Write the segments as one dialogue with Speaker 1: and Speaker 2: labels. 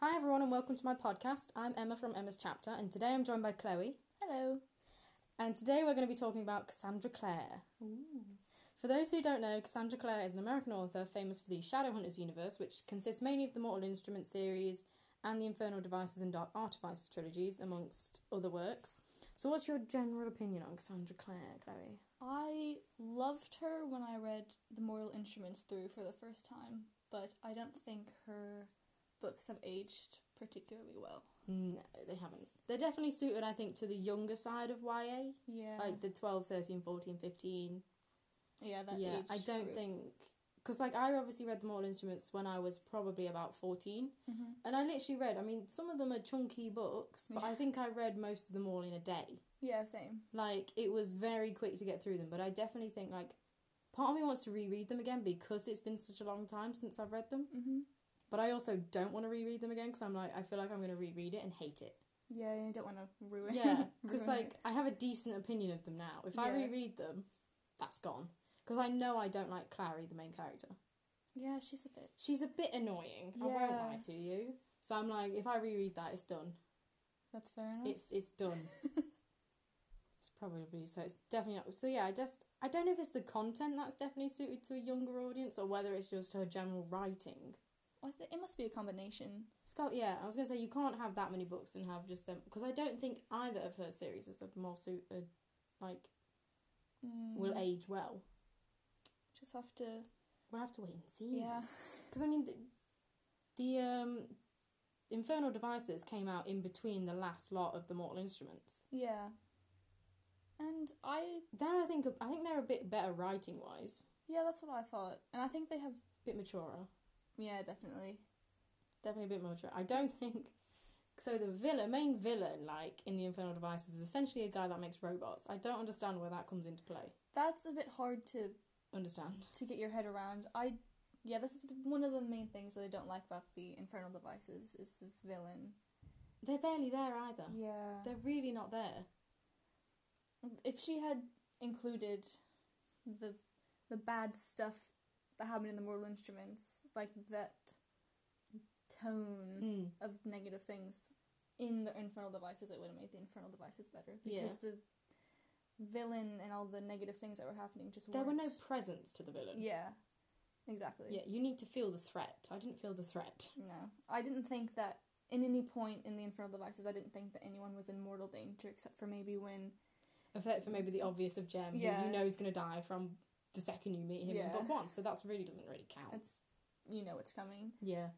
Speaker 1: welcome to my podcast. I'm Emma from Emma's Chapter, and today I'm joined by Chloe.
Speaker 2: Hello.
Speaker 1: And today we're going to be talking about Cassandra Clare. For those who don't know, Cassandra Clare is an American author famous for the Shadowhunters universe, which consists mainly of the Mortal Instruments series and the Infernal Devices and Dark Artifices trilogies, amongst other works. So, what's your general opinion on Cassandra Clare, Chloe?
Speaker 2: I loved her when I read The Mortal Instruments through for the first time, but I don't think her books have aged particularly well.
Speaker 1: Mm, No, they haven't. They're definitely suited, I think, to the younger side of YA,
Speaker 2: Yeah.
Speaker 1: like the 12, 13, 14, 15.
Speaker 2: yeah, that
Speaker 1: yeah
Speaker 2: age
Speaker 1: i don't
Speaker 2: group.
Speaker 1: think because like i obviously read the mortal instruments when i was probably about 14
Speaker 2: Mhm.
Speaker 1: and i literally read i mean some of them are chunky books but i think i read most of them all in a day
Speaker 2: Yeah, same.
Speaker 1: like it was very quick to get through them but i definitely think like part of me wants to reread them again because it's been such a long time since i've read them
Speaker 2: Mm-hmm.
Speaker 1: but i also don't want to reread them again because i'm like i feel like i'm going to reread it and hate it
Speaker 2: Yeah, you don't want to ruin
Speaker 1: yeah because
Speaker 2: ruin it.
Speaker 1: like i have a decent opinion of them now if i
Speaker 2: Yeah.
Speaker 1: reread them that's gone because i know i don't like clary the main character
Speaker 2: Yeah, she's a bit.
Speaker 1: she's a bit annoying. I won't
Speaker 2: Yeah.
Speaker 1: lie to you. So I'm like, if I reread that, it's done.
Speaker 2: That's fair enough.
Speaker 1: It's it's done. it's probably so. It's definitely not. So yeah, I just I don't know if it's the content that's definitely suited to a younger audience or whether it's just her general writing.
Speaker 2: I thi- it must be a combination.
Speaker 1: Scott, yeah, I was gonna say you can't have that many books and have just them because I don't think either of her series is a more suited, like
Speaker 2: Mm,
Speaker 1: will age well.
Speaker 2: Just have to.
Speaker 1: We'll have to wait and see.
Speaker 2: Yeah.
Speaker 1: Because I mean, the, the um, Infernal Devices came out in between the last lot of the Mortal Instruments.
Speaker 2: Yeah. And I.
Speaker 1: There, I think I think they're a bit better writing wise,
Speaker 2: Yeah, that's what I thought. And I think they have.
Speaker 1: bit maturer,
Speaker 2: Yeah, definitely.
Speaker 1: definitely a bit more mature. I don't think so. The villain, main villain, like in the Infernal Devices, is essentially a guy that makes robots. I don't understand where that comes into play.
Speaker 2: That's a bit hard to
Speaker 1: Understand?
Speaker 2: to get your head around. I yeah, this is the, one of the main things that I don't like about the Infernal Devices is the villain.
Speaker 1: They're barely there either.
Speaker 2: Yeah.
Speaker 1: They're really not there.
Speaker 2: If she had included the the bad stuff that happened in the Mortal Instruments, like that tone
Speaker 1: Mm.
Speaker 2: of negative things in the Infernal Devices, it would have made the Infernal Devices better because the villain and all the negative things that were happening just
Speaker 1: There were
Speaker 2: weren't.
Speaker 1: no presence to the villain.
Speaker 2: yeah, exactly.
Speaker 1: Yeah, you need to feel the threat. I didn't feel the threat.
Speaker 2: No, I didn't think that in any point in the Infernal Devices, I didn't think that anyone was in mortal danger except for maybe when.
Speaker 1: except for maybe the obvious of Jem, who
Speaker 2: Yeah.
Speaker 1: you know is going to die from the second you meet him
Speaker 2: Yeah.
Speaker 1: but once, so that's really doesn't really count.
Speaker 2: It's you know it's coming.
Speaker 1: yeah.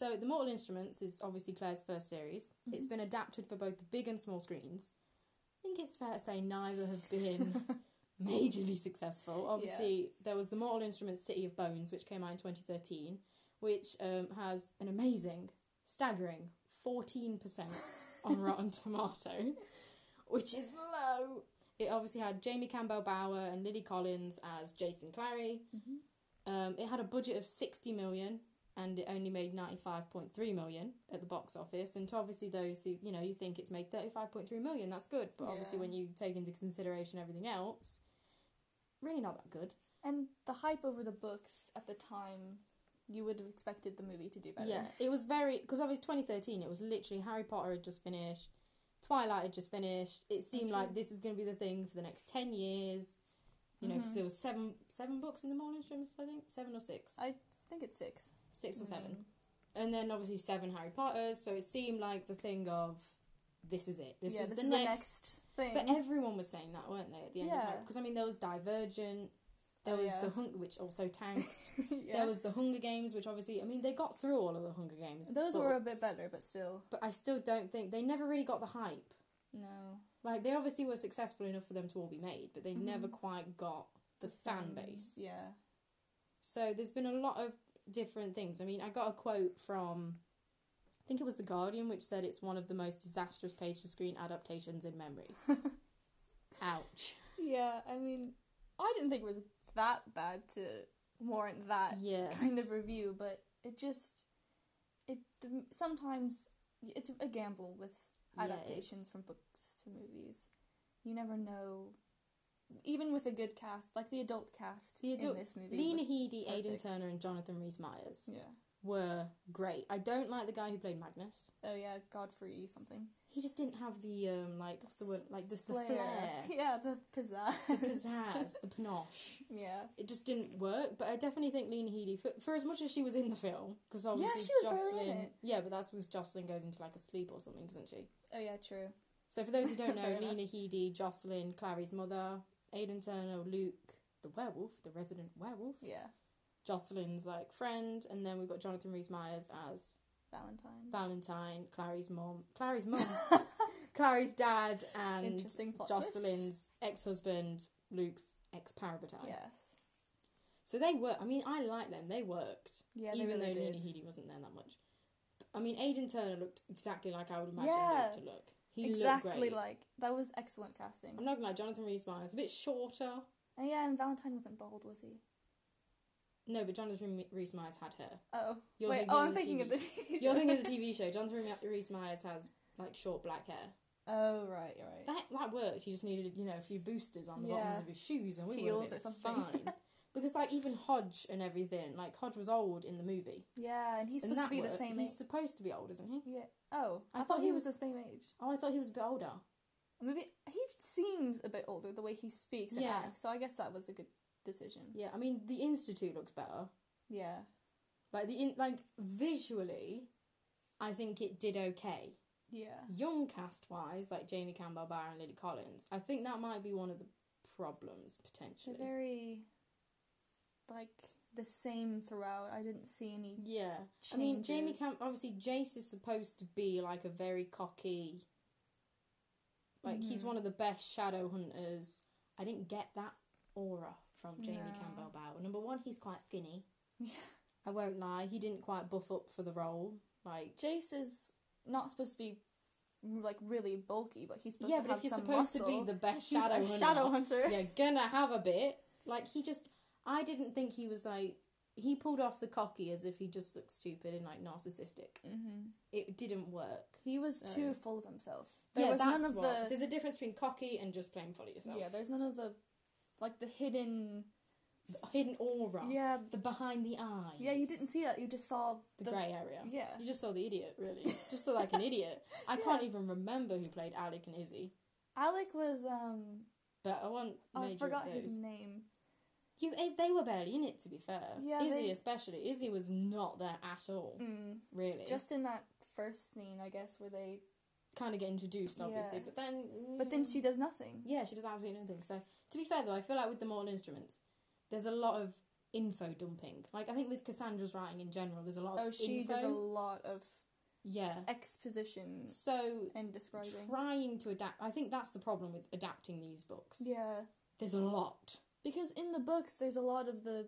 Speaker 1: So the Mortal Instruments is obviously Claire's first series. It's
Speaker 2: Mhm.
Speaker 1: been adapted for both the big and small screens. I think it's fair to say neither have been majorly successful. Obviously, there was the Mortal Instruments City of Bones, which came out in 2013, which um, has an amazing, staggering 14% on Rotten Tomato, which is low. It obviously had Jamie Campbell Bower and Lily Collins as Jason Clary.
Speaker 2: Mm-hmm.
Speaker 1: Um, it had a budget of 60 million and it only made 95.3 million at the box office. And to obviously, those who, you know, you think it's made 35.3 million, that's good. But obviously,
Speaker 2: Yeah.
Speaker 1: when you take into consideration everything else, really not that good.
Speaker 2: And the hype over the books at the time, you would have expected the movie to do better.
Speaker 1: Yeah, it was very because obviously 2013. It was literally Harry Potter had just finished, Twilight had just finished. It seemed
Speaker 2: That's
Speaker 1: like
Speaker 2: right.
Speaker 1: this is going to be the thing for the next ten years. You know, because
Speaker 2: Mhm.
Speaker 1: there was seven seven books in the Morning Instruments, I think seven or six,
Speaker 2: I think it's six. Mm-hmm.
Speaker 1: six or
Speaker 2: I
Speaker 1: seven,
Speaker 2: mean,
Speaker 1: and then obviously seven Harry Potters. So it seemed like the thing of this is it. This
Speaker 2: yeah,
Speaker 1: is
Speaker 2: this
Speaker 1: the
Speaker 2: is
Speaker 1: next.
Speaker 2: the next thing.
Speaker 1: But eh, everyone was saying that, weren't they? At the end,
Speaker 2: Yeah.
Speaker 1: because I mean, there was Divergent. There
Speaker 2: Oh,
Speaker 1: was
Speaker 2: yeah.
Speaker 1: the Hunger, which also tanked.
Speaker 2: yeah.
Speaker 1: There was the Hunger Games, which obviously, I mean, they got through all of the Hunger Games.
Speaker 2: those were a
Speaker 1: books
Speaker 2: bit better, but still
Speaker 1: but I still don't think they never really got the hype.
Speaker 2: no.
Speaker 1: Like they obviously were successful enough for them to all be made, but they
Speaker 2: Mhm.
Speaker 1: never quite got the, fan
Speaker 2: same-
Speaker 1: base.
Speaker 2: Yeah.
Speaker 1: So there's been a lot of different things. I mean, I got a quote from I think it was The Guardian which said it's one of the most disastrous page to screen adaptations in memory. Ouch.
Speaker 2: Yeah. I mean, I didn't think it was that bad to warrant that
Speaker 1: Yeah.
Speaker 2: kind of review, but it just it the- sometimes it's a gamble with
Speaker 1: Yeah, it
Speaker 2: adaptations from books to movies. You never know. Even with a good cast, like the adult cast
Speaker 1: The adult-
Speaker 2: in this movie,
Speaker 1: Lena
Speaker 2: was-
Speaker 1: Headey, Aidan
Speaker 2: perfect.
Speaker 1: Turner and Jonathan Rhys Meyers.
Speaker 2: yeah,
Speaker 1: were great. I don't like the guy who played Magnus.
Speaker 2: Oh yeah, Godfrey something.
Speaker 1: He just didn't have the um like what's the word like this the flair,
Speaker 2: Yeah, the pizzazz.
Speaker 1: the pizzazz, the panache.
Speaker 2: yeah.
Speaker 1: It just didn't work. But I definitely think Lena Headey, for, for as much as she was in the film, because obviously
Speaker 2: she was barely in
Speaker 1: Jocelyn,
Speaker 2: it.
Speaker 1: yeah, but that's because Jocelyn goes into like a sleep or something, doesn't she?
Speaker 2: Oh yeah, true.
Speaker 1: So for those who don't know,
Speaker 2: Fair enough.
Speaker 1: Lena Headey, Jocelyn, Clary's mother, Aidan Turner, Luke, the werewolf, the resident werewolf,
Speaker 2: Yeah,
Speaker 1: Jocelyn's like friend, and then we've got Jonathan Rhys Myers as
Speaker 2: Valentine.
Speaker 1: Valentine, Clary's mom, Clary's mom, Clary's dad, and
Speaker 2: Interesting plot twist.
Speaker 1: Jocelyn's ex husband, Luke's ex parabatine.
Speaker 2: Yes.
Speaker 1: So they were, I mean, I like them, they worked.
Speaker 2: Yeah, they
Speaker 1: even
Speaker 2: really
Speaker 1: though Lena
Speaker 2: did.
Speaker 1: Headey wasn't there that much. I mean, Aidan Turner looked exactly like I would imagine
Speaker 2: Yeah.
Speaker 1: Luke to look. He looked
Speaker 2: exactly
Speaker 1: great.
Speaker 2: like that was excellent casting.
Speaker 1: I'm not gonna lie, Jonathan Rhys Myers, a bit shorter.
Speaker 2: Oh yeah, and Valentine wasn't bald, was he?
Speaker 1: No, but Jonathan Rhys Myers had her.
Speaker 2: Oh
Speaker 1: You're
Speaker 2: wait,
Speaker 1: thinking
Speaker 2: oh
Speaker 1: of
Speaker 2: I'm
Speaker 1: the
Speaker 2: thinking of the.
Speaker 1: You're thinking of the TV show. Jonathan Rhys Myers has like short black hair.
Speaker 2: Oh right, you're right.
Speaker 1: That that worked. He just needed you know a few boosters on the bottoms
Speaker 2: Yeah.
Speaker 1: of his shoes, and we
Speaker 2: Heels
Speaker 1: were
Speaker 2: or something.
Speaker 1: fine. because like even Hodge and everything, like Hodge was old in the movie.
Speaker 2: yeah, and he's
Speaker 1: and
Speaker 2: supposed to
Speaker 1: that
Speaker 2: be the
Speaker 1: worked.
Speaker 2: same
Speaker 1: He's
Speaker 2: age.
Speaker 1: supposed to be old, isn't he?
Speaker 2: Yeah. Oh,
Speaker 1: I
Speaker 2: I,
Speaker 1: thought
Speaker 2: thought
Speaker 1: he
Speaker 2: he was the
Speaker 1: was-
Speaker 2: same age.
Speaker 1: Oh, I thought he was a bit older.
Speaker 2: Maybe he seems a bit older the way he speaks and
Speaker 1: Yeah.
Speaker 2: acts. So I guess that was a good decision.
Speaker 1: Yeah, I mean the Institute looks better.
Speaker 2: Yeah.
Speaker 1: Like the in, like visually, I think it did okay.
Speaker 2: Yeah.
Speaker 1: young cast wise, like Jamie Campbell Barr and Lily Collins, I think that might be one of the problems
Speaker 2: They're
Speaker 1: potentially.
Speaker 2: very like the same throughout. I didn't see any.
Speaker 1: yeah, I mean Jamie
Speaker 2: changes.
Speaker 1: Camp. Obviously, Jace is supposed to be like a very cocky. Like he's
Speaker 2: Mhm.
Speaker 1: one of the best shadow hunters. I didn't get that aura from Jamie
Speaker 2: No.
Speaker 1: Campbell Bow. Number one, he's quite skinny. I won't lie, he didn't quite buff up for the role. Like
Speaker 2: Jace is not supposed to be like really bulky, but he's supposed
Speaker 1: yeah,
Speaker 2: to
Speaker 1: but
Speaker 2: have
Speaker 1: if you're
Speaker 2: some
Speaker 1: supposed
Speaker 2: muscle.
Speaker 1: to be the best
Speaker 2: He's
Speaker 1: shadow
Speaker 2: a
Speaker 1: hunter,
Speaker 2: shadow hunter.
Speaker 1: you're gonna have a bit. Like he just, I didn't think he was like he pulled off the cocky as if he just looked stupid and like narcissistic.
Speaker 2: hmm
Speaker 1: It didn't work.
Speaker 2: He was
Speaker 1: So-
Speaker 2: too full of himself. There
Speaker 1: yeah,
Speaker 2: was
Speaker 1: that's
Speaker 2: none of
Speaker 1: what.
Speaker 2: the
Speaker 1: There's a difference between cocky and just plain full of yourself.
Speaker 2: yeah. There's none of the like the hidden
Speaker 1: The hidden aura.
Speaker 2: yeah
Speaker 1: The behind the eye.
Speaker 2: yeah. You didn't see that. You just saw
Speaker 1: the, grey area.
Speaker 2: yeah.
Speaker 1: You just saw the idiot, really. Just saw like an idiot. I can't even remember who played Alec and Izzy,
Speaker 2: Alec was um.
Speaker 1: but I want.
Speaker 2: oh, I
Speaker 1: major
Speaker 2: forgot
Speaker 1: of
Speaker 2: his
Speaker 1: those.
Speaker 2: name.
Speaker 1: You, is- they were barely in it, to be fair.
Speaker 2: Yeah,
Speaker 1: Izzy
Speaker 2: they-
Speaker 1: especially. Izzy was not there at all,
Speaker 2: Mm.
Speaker 1: really.
Speaker 2: Just in that first scene, I guess, where they
Speaker 1: kind of get introduced, obviously.
Speaker 2: Yeah.
Speaker 1: But then,
Speaker 2: but then
Speaker 1: mm,
Speaker 2: she does nothing.
Speaker 1: yeah, she does absolutely nothing. So to be fair though, I feel like with the Mortal Instruments, there's a lot of info dumping. Like I think with Cassandra's writing in general, there's a lot.
Speaker 2: Oh,
Speaker 1: of
Speaker 2: she
Speaker 1: info.
Speaker 2: does a lot of
Speaker 1: yeah.
Speaker 2: exposition
Speaker 1: So
Speaker 2: and describing.
Speaker 1: trying to adapt, I think that's the problem with adapting these books.
Speaker 2: Yeah,
Speaker 1: There's a lot.
Speaker 2: because in the books, there's a lot of the,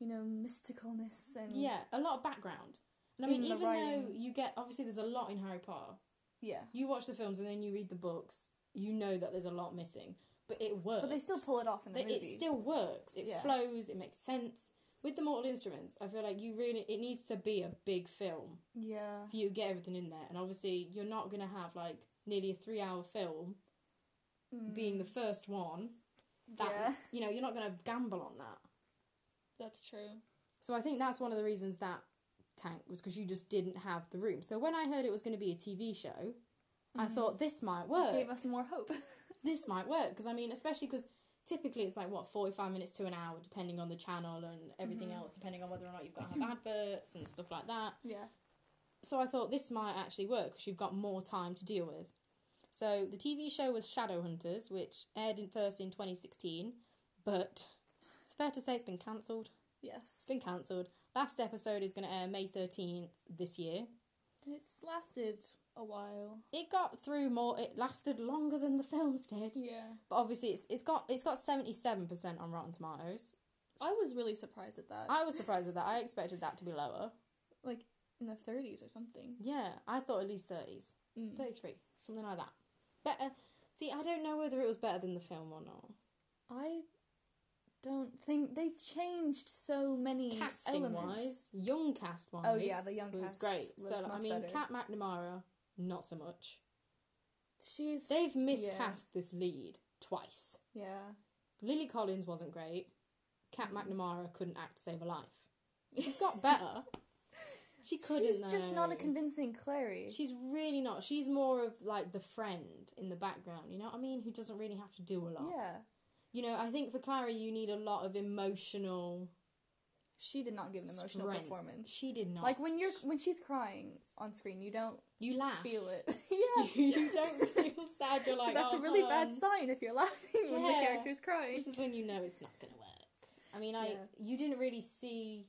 Speaker 2: you know, mysticalness and
Speaker 1: Yeah, a lot of background. And I
Speaker 2: Mm.
Speaker 1: mean,
Speaker 2: In the
Speaker 1: even though
Speaker 2: writing.
Speaker 1: you get obviously there's a lot in Harry Potter.
Speaker 2: yeah.
Speaker 1: You watch the films and then you read the books. You know that there's a lot missing, but it works.
Speaker 2: But they still pull it off in the
Speaker 1: They-
Speaker 2: movie.
Speaker 1: it still works. It
Speaker 2: Yeah.
Speaker 1: flows. It makes sense. With the Mortal Instruments, I feel like you really it needs to be a big film
Speaker 2: yeah,
Speaker 1: for you to get everything in there. And obviously, you're not gonna have like nearly a three-hour film
Speaker 2: Mm.
Speaker 1: being the first one. That
Speaker 2: yeah,
Speaker 1: you know, you're not gonna gamble on that.
Speaker 2: that's true.
Speaker 1: So I think that's one of the reasons that tank was because you just didn't have the room. So when I heard it was going to be a TV show, I
Speaker 2: Mhm.
Speaker 1: thought this might
Speaker 2: It
Speaker 1: work.
Speaker 2: gave us more hope.
Speaker 1: this might work because I mean, especially because typically it's like what forty five minutes to an hour, depending on the channel and everything
Speaker 2: Mhm.
Speaker 1: else, depending on whether or not you've got to have adverts and stuff like that.
Speaker 2: yeah,
Speaker 1: So I thought this might actually work because you've got more time to deal with. So the TV show was Shadowhunters, which aired in first in twenty sixteen, but it's fair to say it's been cancelled. It's
Speaker 2: yes.
Speaker 1: been cancelled. Last episode is going to air May thirteenth this year.
Speaker 2: It's lasted a while.
Speaker 1: It got through more. It lasted longer than the films did.
Speaker 2: Yeah,
Speaker 1: But obviously, it's it's got it's got seventy seven percent on Rotten Tomatoes.
Speaker 2: I was really surprised at that.
Speaker 1: I was surprised at that. I expected that to be lower.
Speaker 2: like in the 30s or something.
Speaker 1: Yeah, I thought at least thirties,
Speaker 2: Mm.
Speaker 1: thirty three, something like that. Better. See, I don't know whether it was better than the film or not.
Speaker 2: I don't think they changed so many
Speaker 1: Casting wise,
Speaker 2: elements.
Speaker 1: young cast wise.
Speaker 2: Oh, yeah, the young
Speaker 1: was
Speaker 2: cast
Speaker 1: great.
Speaker 2: was
Speaker 1: so like, I
Speaker 2: much
Speaker 1: mean,
Speaker 2: better.
Speaker 1: Kat McNamara, not so much.
Speaker 2: She's
Speaker 1: They've
Speaker 2: yeah.
Speaker 1: miscast this lead twice.
Speaker 2: Yeah.
Speaker 1: Lily Collins wasn't Mm-hmm. great. Kat McNamara couldn't act to save a life. She's got better. She couldn't.
Speaker 2: She's just not a
Speaker 1: though.
Speaker 2: convincing Clary.
Speaker 1: She's really not. She's more of like the friend in the background, you know what I mean? Who doesn't really have to do a lot.
Speaker 2: yeah.
Speaker 1: You know, I think for Clara, you need a lot of emotional.
Speaker 2: She did not give an emotional
Speaker 1: Strength.
Speaker 2: performance.
Speaker 1: She did not.
Speaker 2: Like when you're when she's crying on screen, you don't
Speaker 1: You laugh.
Speaker 2: feel it. yeah.
Speaker 1: you don't feel sad. You're like,
Speaker 2: That's
Speaker 1: "Oh,
Speaker 2: a really bad
Speaker 1: hun."
Speaker 2: sign if you're laughing when the
Speaker 1: Yeah.
Speaker 2: character's crying.
Speaker 1: This is when you know it's not going to work. I mean, I
Speaker 2: Yeah.
Speaker 1: you didn't really see.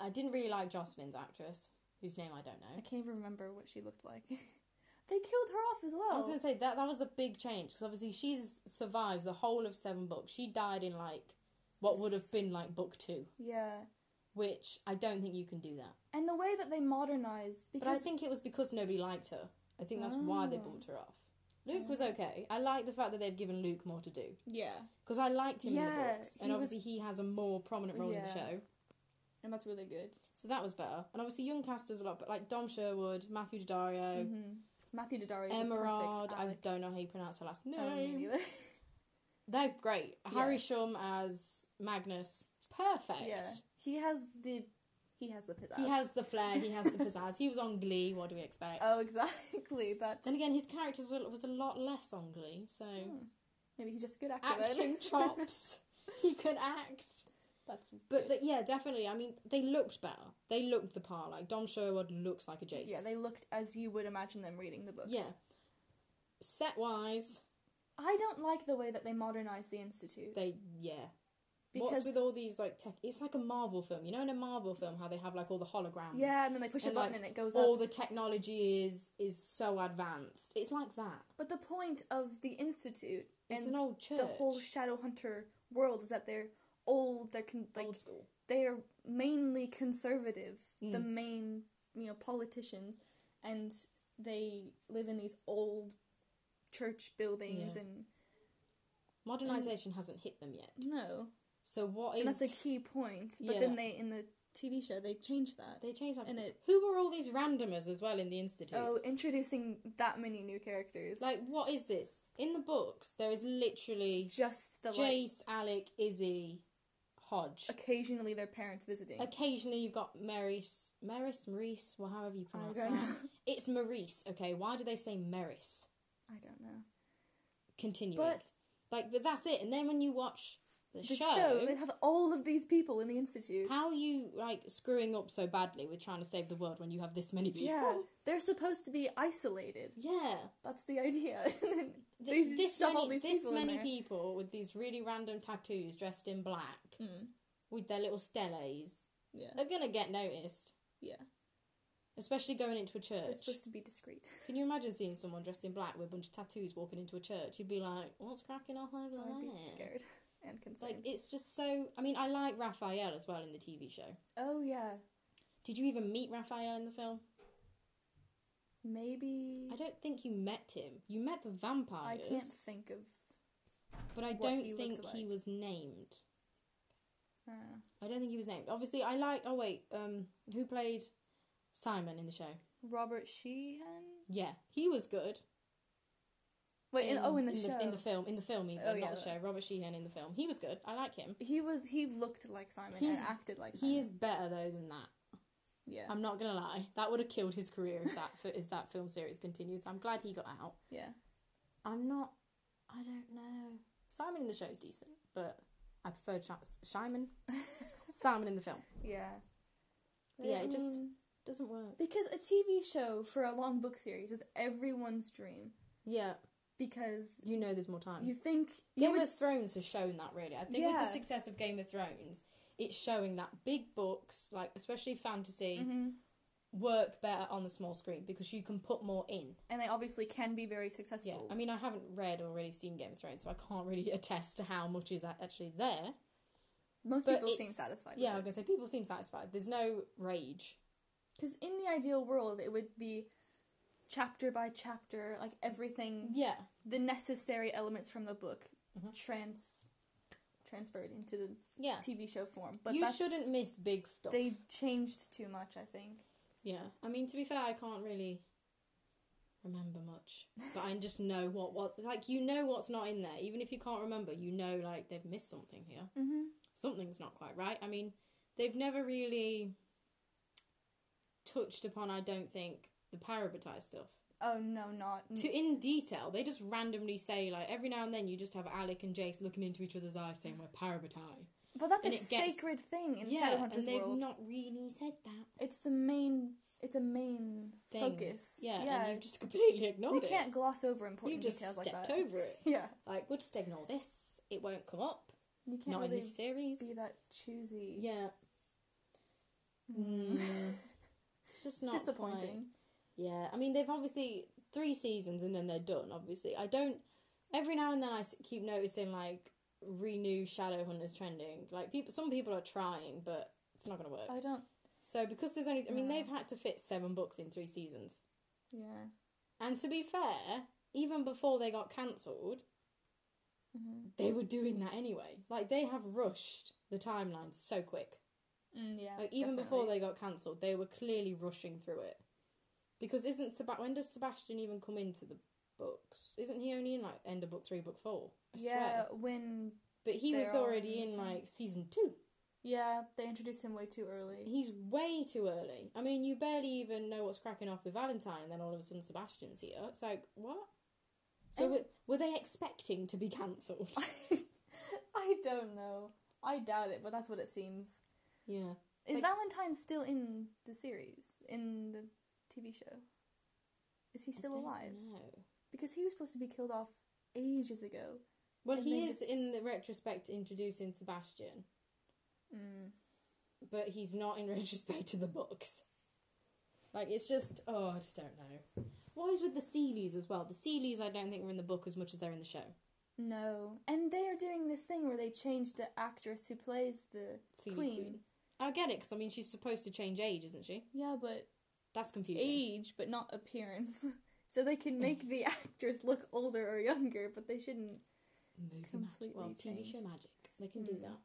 Speaker 1: I didn't really like Jocelyn's actress, whose name I don't know.
Speaker 2: I can't even remember what she looked like. they killed her off as
Speaker 1: I was going
Speaker 2: well.
Speaker 1: to say that that was a big change because obviously she's survives the whole of seven books. She died in like what would have been like book two,
Speaker 2: Yeah.
Speaker 1: which I don't think you can do that.
Speaker 2: And the way that they modernized
Speaker 1: But I
Speaker 2: because
Speaker 1: think it was because nobody liked her. I think that's why they
Speaker 2: Oh.
Speaker 1: bumped her off. Luke was okay. I like the fact that they've given Luke more to do
Speaker 2: yeah,
Speaker 1: because I liked him in the
Speaker 2: Yeah,
Speaker 1: books, and
Speaker 2: he was-
Speaker 1: obviously he has a more prominent role in the
Speaker 2: Yeah.
Speaker 1: show.
Speaker 2: and that's really good.
Speaker 1: So that was better. And obviously young casters a lot, but like Dom Sherwood, Matthew Daddario,
Speaker 2: hmm Matthew Daddario is a
Speaker 1: Emerald.
Speaker 2: perfect
Speaker 1: I
Speaker 2: Alec. Um,
Speaker 1: don't know how you pronounce her last
Speaker 2: I don't
Speaker 1: name.
Speaker 2: either.
Speaker 1: They're great.
Speaker 2: Yeah.
Speaker 1: Harry Shum as Magnus, perfect.
Speaker 2: yeah, he has the he has the pizzazz.
Speaker 1: He has the flair. He has the pizzazz. he was on Glee. What do we expect?
Speaker 2: oh exactly that's
Speaker 1: Then again, his characters were, was a lot less on Glee. So
Speaker 2: Hmm. maybe he's just a good actor. then.
Speaker 1: acting chops. he can act.
Speaker 2: that's
Speaker 1: But
Speaker 2: good.
Speaker 1: the, yeah, definitely. I mean, they looked better. They looked the part. Like Dom Sherwood looks like a Jace.
Speaker 2: yeah, they looked as you would imagine them reading the books.
Speaker 1: Yeah. Set wise,
Speaker 2: I don't like the way that they modernized the institute
Speaker 1: they yeah. What's
Speaker 2: because
Speaker 1: with all these like tech? It's like a Marvel film, you know, in a Marvel film how they have like all the holograms.
Speaker 2: yeah, and then they push a
Speaker 1: And,
Speaker 2: button
Speaker 1: like,
Speaker 2: and it goes up.
Speaker 1: All the technology is is so advanced. It's like that.
Speaker 2: But the point of the institute
Speaker 1: It's
Speaker 2: and
Speaker 1: an old church.
Speaker 2: the whole Shadowhunter world is that they're old. They're con- like
Speaker 1: old school.
Speaker 2: they are mainly conservative. The
Speaker 1: Mm.
Speaker 2: main you know politicians, and they live in these old church buildings
Speaker 1: Yeah.
Speaker 2: and
Speaker 1: Modernization hasn't hit them yet.
Speaker 2: no,
Speaker 1: So what
Speaker 2: and
Speaker 1: is?
Speaker 2: that's a key point. But
Speaker 1: Yeah.
Speaker 2: then they in the TV show they changed that.
Speaker 1: they changed that.
Speaker 2: and it-
Speaker 1: Who were all these randomers as well in the institute?
Speaker 2: Oh, introducing that many new characters.
Speaker 1: Like what is this? In the books, there is literally
Speaker 2: just the like
Speaker 1: Jace, Alec, Izzy, Hodge.
Speaker 2: occasionally their parents visiting.
Speaker 1: Occasionally, you've got Maris, Maris, Maurice, well, however you
Speaker 2: I
Speaker 1: pronounce
Speaker 2: don't
Speaker 1: that.
Speaker 2: know.
Speaker 1: It's Maurice, okay. Why do they say Maris?
Speaker 2: I don't know.
Speaker 1: Continuing,
Speaker 2: But-
Speaker 1: like, but that's it. And then when you watch the,
Speaker 2: The
Speaker 1: show,
Speaker 2: show. they have all of these people in the institute.
Speaker 1: how are you like screwing up so badly with trying to save the world when you have this many people?
Speaker 2: Yeah, they're supposed to be isolated.
Speaker 1: yeah.
Speaker 2: That's the idea. They
Speaker 1: Th-
Speaker 2: just
Speaker 1: this
Speaker 2: shove
Speaker 1: many,
Speaker 2: all these
Speaker 1: this
Speaker 2: people in
Speaker 1: many
Speaker 2: there.
Speaker 1: people with these really random tattoos, dressed in black,
Speaker 2: Mm,
Speaker 1: with their little steles,
Speaker 2: yeah,
Speaker 1: they're gonna get noticed,
Speaker 2: yeah.
Speaker 1: especially going into a
Speaker 2: They're
Speaker 1: church.
Speaker 2: supposed to be discreet.
Speaker 1: Can you imagine seeing someone dressed in black with a bunch of tattoos walking into a church? You'd be like, "What's cracking up over
Speaker 2: I'd be
Speaker 1: there?"
Speaker 2: scared and
Speaker 1: It's like
Speaker 2: concerned.
Speaker 1: it's just so. I mean, I like Raphael as well in the TV show.
Speaker 2: oh yeah,
Speaker 1: Did you even meet Raphael in the film?
Speaker 2: maybe
Speaker 1: I don't think you met him. You met the vampire.
Speaker 2: Mm. I can't think of.
Speaker 1: But I
Speaker 2: what
Speaker 1: don't
Speaker 2: he
Speaker 1: think
Speaker 2: looked
Speaker 1: he
Speaker 2: like.
Speaker 1: was named.
Speaker 2: Uh,
Speaker 1: I don't think he was named. Obviously, I like. Oh wait, um, who played Simon in the show?
Speaker 2: Robert Sheehan.
Speaker 1: Yeah, he was good.
Speaker 2: Wait, in, oh, in the
Speaker 1: in
Speaker 2: show,
Speaker 1: the, in the film, in the film, even
Speaker 2: Oh,
Speaker 1: not
Speaker 2: yeah,
Speaker 1: the
Speaker 2: that-
Speaker 1: show. Robert Sheehan in the film, he was good. I like him.
Speaker 2: he was he looked like Simon
Speaker 1: He's-
Speaker 2: and acted like
Speaker 1: He um,
Speaker 2: Simon.
Speaker 1: is better though than that.
Speaker 2: Yeah,
Speaker 1: I'm not gonna lie. That would have killed his career if that fi- if that film series continued. I'm glad he got out.
Speaker 2: yeah.
Speaker 1: I'm not. I don't know. Simon in the show's decent, but I preferred Sh- Simon. Simon in the film
Speaker 2: Yeah. Um,
Speaker 1: But yeah, it just-
Speaker 2: mean,
Speaker 1: doesn't work.
Speaker 2: because a TV show for a long book series is everyone's dream
Speaker 1: Yeah,
Speaker 2: because
Speaker 1: you know there's more time.
Speaker 2: you think you
Speaker 1: Game
Speaker 2: would,
Speaker 1: of Thrones has shown that really. I think with the
Speaker 2: Yeah.
Speaker 1: success of Game of Thrones, it's showing that big books, like especially fantasy,
Speaker 2: Mhm.
Speaker 1: work better on the small screen because you can put more in.
Speaker 2: and they obviously can be very
Speaker 1: Yeah,
Speaker 2: successful.
Speaker 1: I mean, I haven't read or really seen Game of Thrones, so I can't really attest to how much is a- actually there.
Speaker 2: Most
Speaker 1: But
Speaker 2: people seem
Speaker 1: it's-
Speaker 2: satisfied.
Speaker 1: Yeah, I
Speaker 2: Yeah,
Speaker 1: was gonna say people seem satisfied. There's no rage.
Speaker 2: because in the ideal world, it would be chapter by chapter, like everything,
Speaker 1: Yeah,
Speaker 2: the necessary elements from the book
Speaker 1: Mhm.
Speaker 2: trans transferred into the
Speaker 1: yeah.
Speaker 2: TV show form. But
Speaker 1: you
Speaker 2: that's,
Speaker 1: shouldn't miss big stuff.
Speaker 2: They changed too much, I think.
Speaker 1: Yeah, I mean, to be fair, I can't really remember much, but I just know what what like you know what's not in there. Even if you can't remember, you know like they've missed something here.
Speaker 2: Mm-hmm.
Speaker 1: Something's not quite right. I mean, they've never really touched upon, I don't think, the Parabatize stuff.
Speaker 2: Oh no, not
Speaker 1: To in detail, they just randomly say like every now and then you just have Alec and Jace looking into each other's eyes saying we're Parabatai.
Speaker 2: But that's
Speaker 1: and
Speaker 2: a
Speaker 1: it gets-
Speaker 2: sacred thing in
Speaker 1: yeah, and
Speaker 2: Shadowhunters
Speaker 1: they've
Speaker 2: world.
Speaker 1: not really said that.
Speaker 2: it's the main. It's a main
Speaker 1: Thing.
Speaker 2: focus.
Speaker 1: Yeah, and you've just completely
Speaker 2: you
Speaker 1: ignored it.
Speaker 2: can't gloss over
Speaker 1: You
Speaker 2: important
Speaker 1: just
Speaker 2: details like
Speaker 1: stepped
Speaker 2: that.
Speaker 1: over it.
Speaker 2: Yeah,
Speaker 1: Like we'll just ignore this. It won't come up.
Speaker 2: you can't
Speaker 1: Not
Speaker 2: really
Speaker 1: in this series.
Speaker 2: be that choosy.
Speaker 1: Yeah.
Speaker 2: Mm.
Speaker 1: Mm. it's just
Speaker 2: It's
Speaker 1: not
Speaker 2: disappointing.
Speaker 1: quite- Yeah, I mean they've obviously three seasons and then they're done. Obviously, I don't. Every now and then I s- keep noticing like renew Shadowhunters trending. Like people, some people are trying, but it's not gonna work.
Speaker 2: I don't.
Speaker 1: so because there's only, I mean,
Speaker 2: No.
Speaker 1: they've had to fit seven books in three seasons.
Speaker 2: Yeah.
Speaker 1: And to be fair, even before they got cancelled,
Speaker 2: Mm-hmm.
Speaker 1: they were doing that anyway. Like they have rushed the timeline so quick.
Speaker 2: Mm, yeah.
Speaker 1: Like even before
Speaker 2: definitely.
Speaker 1: they got cancelled, they were clearly rushing through it. Because isn't Seb- when does Sebastian even come into the books? Isn't he only in like end of book three, book four? I
Speaker 2: yeah,
Speaker 1: swear.
Speaker 2: when
Speaker 1: But he was
Speaker 2: they're
Speaker 1: already
Speaker 2: on-
Speaker 1: in like season two.
Speaker 2: yeah they introduced him way too early.
Speaker 1: He's way too early. I mean, you barely even know what's cracking off with Valentine, and then all of a sudden Sebastian's here. It's like what? So
Speaker 2: And-
Speaker 1: were, were they expecting to be cancelled?
Speaker 2: I don't know. I doubt it, but that's what it seems.
Speaker 1: yeah.
Speaker 2: Is
Speaker 1: Like-
Speaker 2: Valentine still in the series in the TV show? Is he still alive?
Speaker 1: No.
Speaker 2: Because he was supposed to be killed off ages ago.
Speaker 1: Well,
Speaker 2: And
Speaker 1: he
Speaker 2: they
Speaker 1: is
Speaker 2: just-
Speaker 1: in the retrospect introducing Sebastian,
Speaker 2: Mm.
Speaker 1: but he's not in retrospect to the books. Like it's just oh, I just don't know. What is with the Sealies as well? The Sealies I don't think were in the book as much as they're in the show.
Speaker 2: No, and they are doing this thing where they changed the actress who plays the
Speaker 1: Seelie
Speaker 2: queen.
Speaker 1: I get it because I mean she's supposed to change age, isn't she?
Speaker 2: Yeah, but
Speaker 1: That's confusing.
Speaker 2: age, but not appearance. So they can make the actress look older or younger, but they shouldn't.
Speaker 1: Movie magic.
Speaker 2: completely
Speaker 1: Well, TV
Speaker 2: changed.
Speaker 1: show magic. They can do
Speaker 2: Hmm.
Speaker 1: that.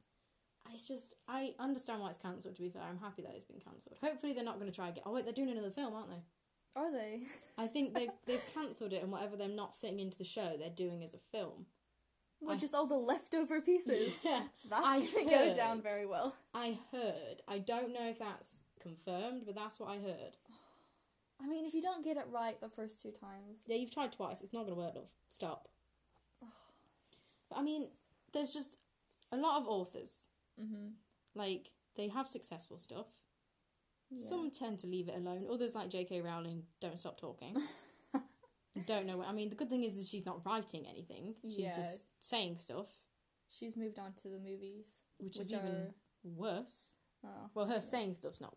Speaker 1: It's just I understand why it's cancelled. To be fair, I'm happy that it's been cancelled. Hopefully they're not going to try again. Oh wait, they're doing another film, aren't they?
Speaker 2: Are they?
Speaker 1: I think they've they've cancelled it, and whatever they're not fitting into the show, they're doing as a film.
Speaker 2: Well,
Speaker 1: I-
Speaker 2: just all the leftover pieces.
Speaker 1: Yeah,
Speaker 2: That's
Speaker 1: I
Speaker 2: gonna go down
Speaker 1: heard.
Speaker 2: very well.
Speaker 1: I heard. I don't know if that's confirmed, but that's what I heard.
Speaker 2: I mean, if you don't get it right the first two times,
Speaker 1: Yeah, you've tried twice. It's not going to work, love. Stop. But I mean, there's just a lot of authors.
Speaker 2: mm-hmm.
Speaker 1: Like they have successful stuff. Some tend to leave it alone. Others, like J.K. Rowling, don't stop talking. don't know. What, I mean, the good thing is, is she's not writing anything. She's
Speaker 2: Yeah.
Speaker 1: just saying stuff,
Speaker 2: she's moved on to the movies,
Speaker 1: which,
Speaker 2: which
Speaker 1: is
Speaker 2: are
Speaker 1: even worse.
Speaker 2: oh,
Speaker 1: Well, her saying stuff's not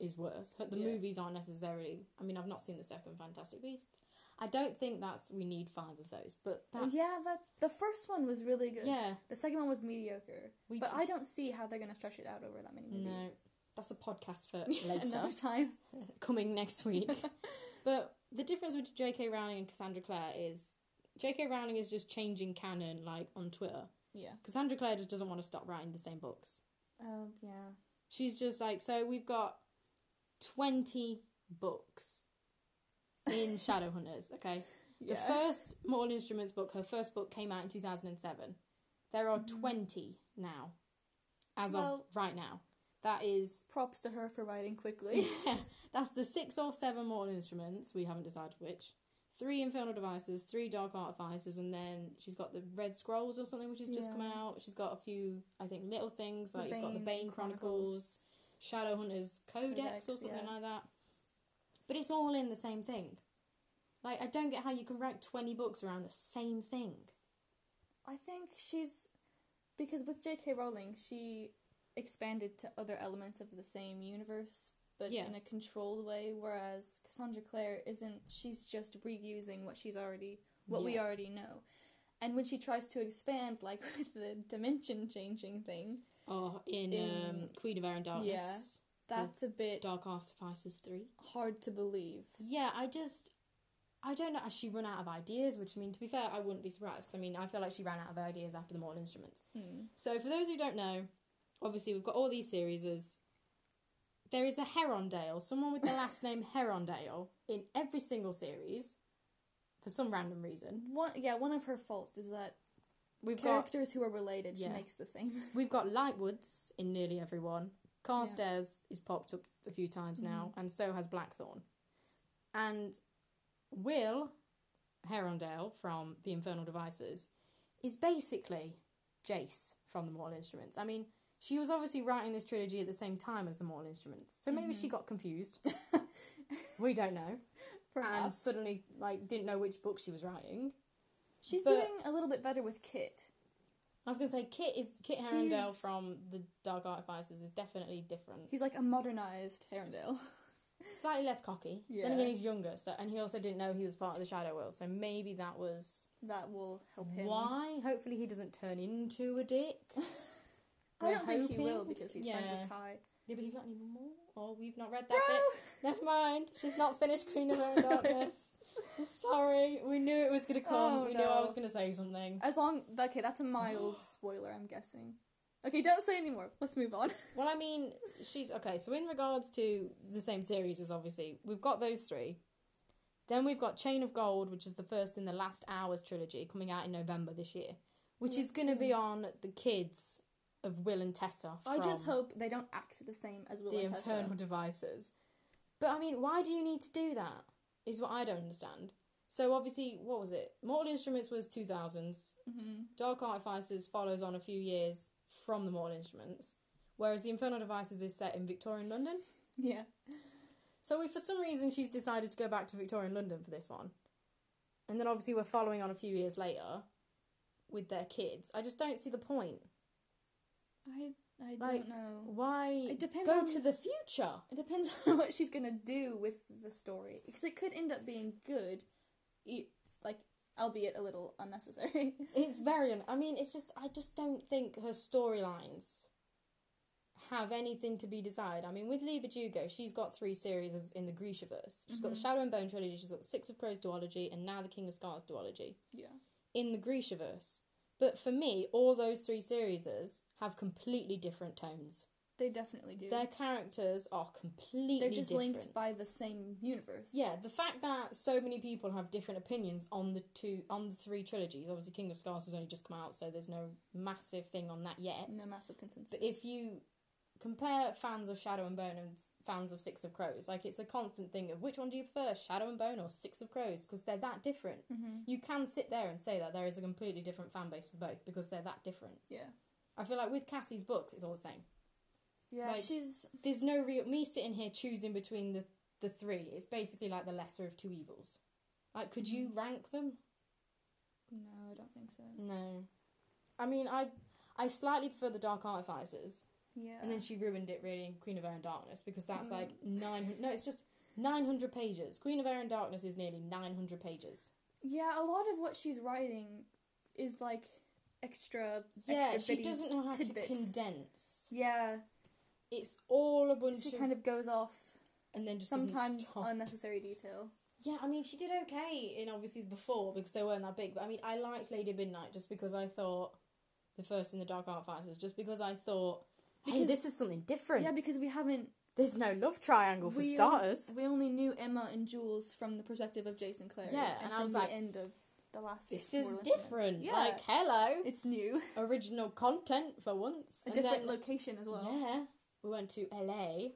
Speaker 1: is worse. Her, the
Speaker 2: Yeah.
Speaker 1: movies aren't necessarily. I mean, I've not seen the second Fantastic Beast. I don't think that's we need five of those, but that's
Speaker 2: yeah. That the first one was really good.
Speaker 1: yeah.
Speaker 2: The second one was mediocre,
Speaker 1: We
Speaker 2: but I don't see how they're gonna stretch it out over that many
Speaker 1: no,
Speaker 2: movies.
Speaker 1: that's a podcast for
Speaker 2: Another
Speaker 1: later
Speaker 2: time.
Speaker 1: coming next week. but the difference with J.K. Rowling and Cassandra Clare is J.K. Rowling is just changing canon like on Twitter.
Speaker 2: Yeah.
Speaker 1: Cassandra Clare just doesn't want to stop writing the same books.
Speaker 2: Oh yeah.
Speaker 1: She's just like, so we've got 20 books in Shadowhunters, okay? The
Speaker 2: Yeah.
Speaker 1: first Mortal Instruments book, her first book came out in 2007. There are 20 now, as
Speaker 2: Mm-hmm. Well-
Speaker 1: of right now. That is,
Speaker 2: Props to her for writing quickly.
Speaker 1: that's the six or seven Mortal Instruments, we haven't decided which. Three Infernal Devices, three Dark Artifices, and then she's got the Red Scrolls or something, which has just come
Speaker 2: Yeah.
Speaker 1: out. She's got a few, I think, little things,
Speaker 2: The
Speaker 1: like you've got the
Speaker 2: Bane
Speaker 1: Bane Chronicles.
Speaker 2: Chronicles.
Speaker 1: Shadowhunters Codex,
Speaker 2: Codex,
Speaker 1: or something
Speaker 2: yeah.
Speaker 1: like that. But it's all in the same thing. Like I don't get how you can write twenty books around the same thing.
Speaker 2: I think she's because with J.K. Rowling, she expanded to other elements of the same universe, but
Speaker 1: Yeah.
Speaker 2: in a controlled way. Whereas Cassandra Clare isn't; she's just reusing what she's already, what we
Speaker 1: Yeah.
Speaker 2: already know. And when she tries to expand, like with the dimension changing thing,
Speaker 1: Oh, in, um,
Speaker 2: In-
Speaker 1: Queen of Air and Darkness,
Speaker 2: that's a bit
Speaker 1: Dark Artifices three.
Speaker 2: hard to believe.
Speaker 1: Yeah, I just, I don't know. She run out of ideas, which I mean, to be fair, I wouldn't be surprised. 'cause, I mean, I feel like she ran out of ideas after the Mortal Instruments.
Speaker 2: Hmm.
Speaker 1: So for those who don't know, obviously we've got all these series. There is a Herondale, someone with the last name Herondale, in every single series, for some random reason.
Speaker 2: One, yeah, one of her faults is that
Speaker 1: We've got
Speaker 2: characters who are related, she
Speaker 1: Yeah.
Speaker 2: makes the same.
Speaker 1: we've got Lightwoods in nearly every one. Carstairs is popped up a few times now,
Speaker 2: Mm-hmm.
Speaker 1: and so has Blackthorn. And Will Herondale from The Infernal Devices is basically Jace from The Mortal Instruments. I mean, she was obviously writing this trilogy at the same time as The Mortal Instruments, so maybe
Speaker 2: Mm-hmm.
Speaker 1: she got confused. we don't know. And
Speaker 2: Perhaps.
Speaker 1: suddenly, like, didn't know which book she was writing.
Speaker 2: She's
Speaker 1: but-
Speaker 2: doing a little bit better with Kit.
Speaker 1: I was gonna say Kit is Kit
Speaker 2: He's-
Speaker 1: Herondale from the Dark Artifices is definitely different.
Speaker 2: He's like a modernized Herondale.
Speaker 1: Slightly less cocky. Then
Speaker 2: Yeah.
Speaker 1: again, he's younger, so and he also didn't know he was part of the Shadow World, so maybe that was
Speaker 2: That will help him.
Speaker 1: why. Hopefully, he doesn't turn into a dick.
Speaker 2: I don't
Speaker 1: We're
Speaker 2: think he will
Speaker 1: hoping.
Speaker 2: because he's friends
Speaker 1: Yeah.
Speaker 2: with Ty.
Speaker 1: Yeah, but he's not anymore. Oh, we've not read that
Speaker 2: Bro!
Speaker 1: bit. Never mind. She's not finished cleaning her own darkness. I'm sorry. We knew it was gonna come.
Speaker 2: Oh,
Speaker 1: we knew I
Speaker 2: no.
Speaker 1: was gonna say something.
Speaker 2: As long okay, that's a mild spoiler, I'm guessing. Okay, don't say anymore. Let's move on.
Speaker 1: Well, I mean, she's okay. So in regards to the same series as obviously we've got those three. Then we've got Chain of Gold, which is the first in the Last Hours trilogy, coming out in November this year, which is
Speaker 2: Let's
Speaker 1: going to
Speaker 2: see.
Speaker 1: be on the kids of Will and Tessa.
Speaker 2: I just
Speaker 1: from
Speaker 2: hope they don't act the same as Will
Speaker 1: the
Speaker 2: and Tessa.
Speaker 1: Infernal Devices. But I mean, why do you need to do that? Is what I don't understand. So obviously, what was it? Mortal Instruments was two thousands.
Speaker 2: hmm
Speaker 1: Dark Artifices follows on a few years from the Mortal Instruments, whereas the Infernal Devices is set in Victorian London.
Speaker 2: Yeah.
Speaker 1: So we, for some reason, she's decided to go back to Victorian London for this one, and then obviously we're following on a few years later with their kids. I just don't see the point.
Speaker 2: I I
Speaker 1: Like,
Speaker 2: don't know.
Speaker 1: Why
Speaker 2: It depends
Speaker 1: go
Speaker 2: on-
Speaker 1: to the future?
Speaker 2: It depends on what she's gonna do with the story because it could end up being good, e- like albeit a little unnecessary.
Speaker 1: It's very. Un- I mean, it's just I just don't think her storylines have anything to be desired. I mean, with Lee Badugo, she's got three series as- in the Grishaverse. She's got the
Speaker 2: Mhm.
Speaker 1: Shadow and Bone trilogy. She's got the Six of Crows duology, and now the King of Scars duology
Speaker 2: yeah.
Speaker 1: in the Grishaverse. But for me, all those three series have completely different tones.
Speaker 2: They definitely do.
Speaker 1: Their characters are completely
Speaker 2: They're just
Speaker 1: different.
Speaker 2: linked by the same universe.
Speaker 1: Yeah, the fact that so many people have different opinions on the two on the three trilogies. Obviously, King of Scars has only just come out, so there's no massive thing on that yet.
Speaker 2: No massive consensus.
Speaker 1: But if you compare fans of Shadow and Bone and s- fans of Six of Crows, like it's a constant thing of which one do you prefer, Shadow and Bone or Six of Crows, because they're that different.
Speaker 2: hmm
Speaker 1: You can sit there and say that there is a completely different fan base for both because they're that different.
Speaker 2: Yeah.
Speaker 1: I feel like with Cassie's books, it's all the same.
Speaker 2: Yeah.
Speaker 1: Like-
Speaker 2: she's
Speaker 1: There's no real me sitting here choosing between the the three. It's basically like the lesser of two evils. Like, could you
Speaker 2: Mm-hmm.
Speaker 1: rank them?
Speaker 2: No, I don't think so.
Speaker 1: No. I mean, I I slightly prefer the Dark Artificers,
Speaker 2: Yeah.
Speaker 1: and then she ruined it really in Queen of Air and Darkness because that's
Speaker 2: Mm.
Speaker 1: like nine. hun- No, it's just nine hundred pages. Queen of Air and Darkness is nearly nine hundred pages.
Speaker 2: yeah, a lot of what she's writing is like extra
Speaker 1: Yeah,
Speaker 2: extra
Speaker 1: she
Speaker 2: bitty.
Speaker 1: doesn't know how
Speaker 2: tidbits.
Speaker 1: to condense.
Speaker 2: Yeah.
Speaker 1: It's all a bunch
Speaker 2: She
Speaker 1: of
Speaker 2: kind of goes off
Speaker 1: and then just doesn't
Speaker 2: sometimes
Speaker 1: stop.
Speaker 2: unnecessary detail.
Speaker 1: Yeah, I mean, she did okay in obviously before because they weren't that big. But I mean, I liked Lady Midnight just because I thought the first in the Dark Artificers, just because I thought, hey,
Speaker 2: Because-
Speaker 1: this is something different.
Speaker 2: Yeah, because we haven't
Speaker 1: There's no love triangle for
Speaker 2: We-
Speaker 1: starters.
Speaker 2: we only knew Emma and Jules from the perspective of Jason Clare.
Speaker 1: Yeah, and I
Speaker 2: from
Speaker 1: was
Speaker 2: the
Speaker 1: like,
Speaker 2: end of the last.
Speaker 1: This
Speaker 2: Mortal
Speaker 1: is
Speaker 2: Instruments.
Speaker 1: different.
Speaker 2: Yeah,
Speaker 1: Like, hello,
Speaker 2: it's new,
Speaker 1: original content for once.
Speaker 2: a
Speaker 1: And
Speaker 2: different
Speaker 1: then-
Speaker 2: location as well.
Speaker 1: Yeah, we went to LA.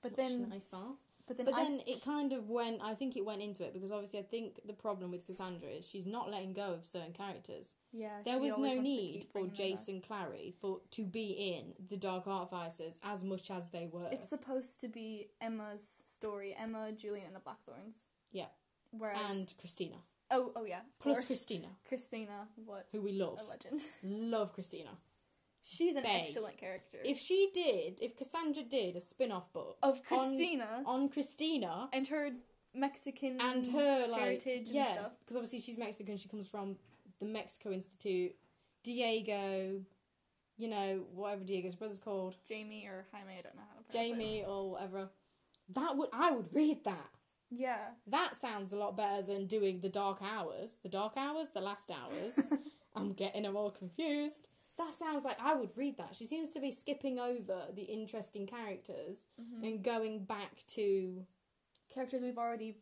Speaker 2: but,
Speaker 1: which
Speaker 2: then,
Speaker 1: I saw.
Speaker 2: but then,
Speaker 1: But
Speaker 2: I-
Speaker 1: then it kind of went. I think it went into it because obviously I think the problem with Cassandra is she's not letting go of certain characters.
Speaker 2: yeah,
Speaker 1: There
Speaker 2: she
Speaker 1: was
Speaker 2: always
Speaker 1: no
Speaker 2: wants to
Speaker 1: need
Speaker 2: keep
Speaker 1: for
Speaker 2: bringing them back.
Speaker 1: Jason Clary for to be in the Dark Artificers as much as they were.
Speaker 2: It's supposed to be Emma's story, Emma, Julian, and the Blackthorns.
Speaker 1: Yeah.
Speaker 2: Whereas,
Speaker 1: and Christina.
Speaker 2: oh, oh yeah, of
Speaker 1: Plus
Speaker 2: course.
Speaker 1: Christina,
Speaker 2: Christina, what
Speaker 1: who we love.
Speaker 2: a legend.
Speaker 1: Love Christina.
Speaker 2: She's an
Speaker 1: Babe.
Speaker 2: excellent character.
Speaker 1: If she did, if Cassandra did a spin off book
Speaker 2: of Christina
Speaker 1: on Christina
Speaker 2: and her Mexican
Speaker 1: and her like
Speaker 2: heritage and
Speaker 1: yeah,
Speaker 2: stuff.
Speaker 1: because obviously she's Mexican. She comes from the Mexico Institute. Diego, you know whatever Diego's brother's called,
Speaker 2: Jamie or Jaime, I don't know how to pronounce it.
Speaker 1: Jamie or whatever. That would I would read that.
Speaker 2: Yeah.
Speaker 1: That sounds a lot better than doing the dark hours. The dark hours, the last hours. I'm getting them all confused. That sounds like I would read that. She seems to be skipping over the interesting characters and going back to
Speaker 2: Characters we've already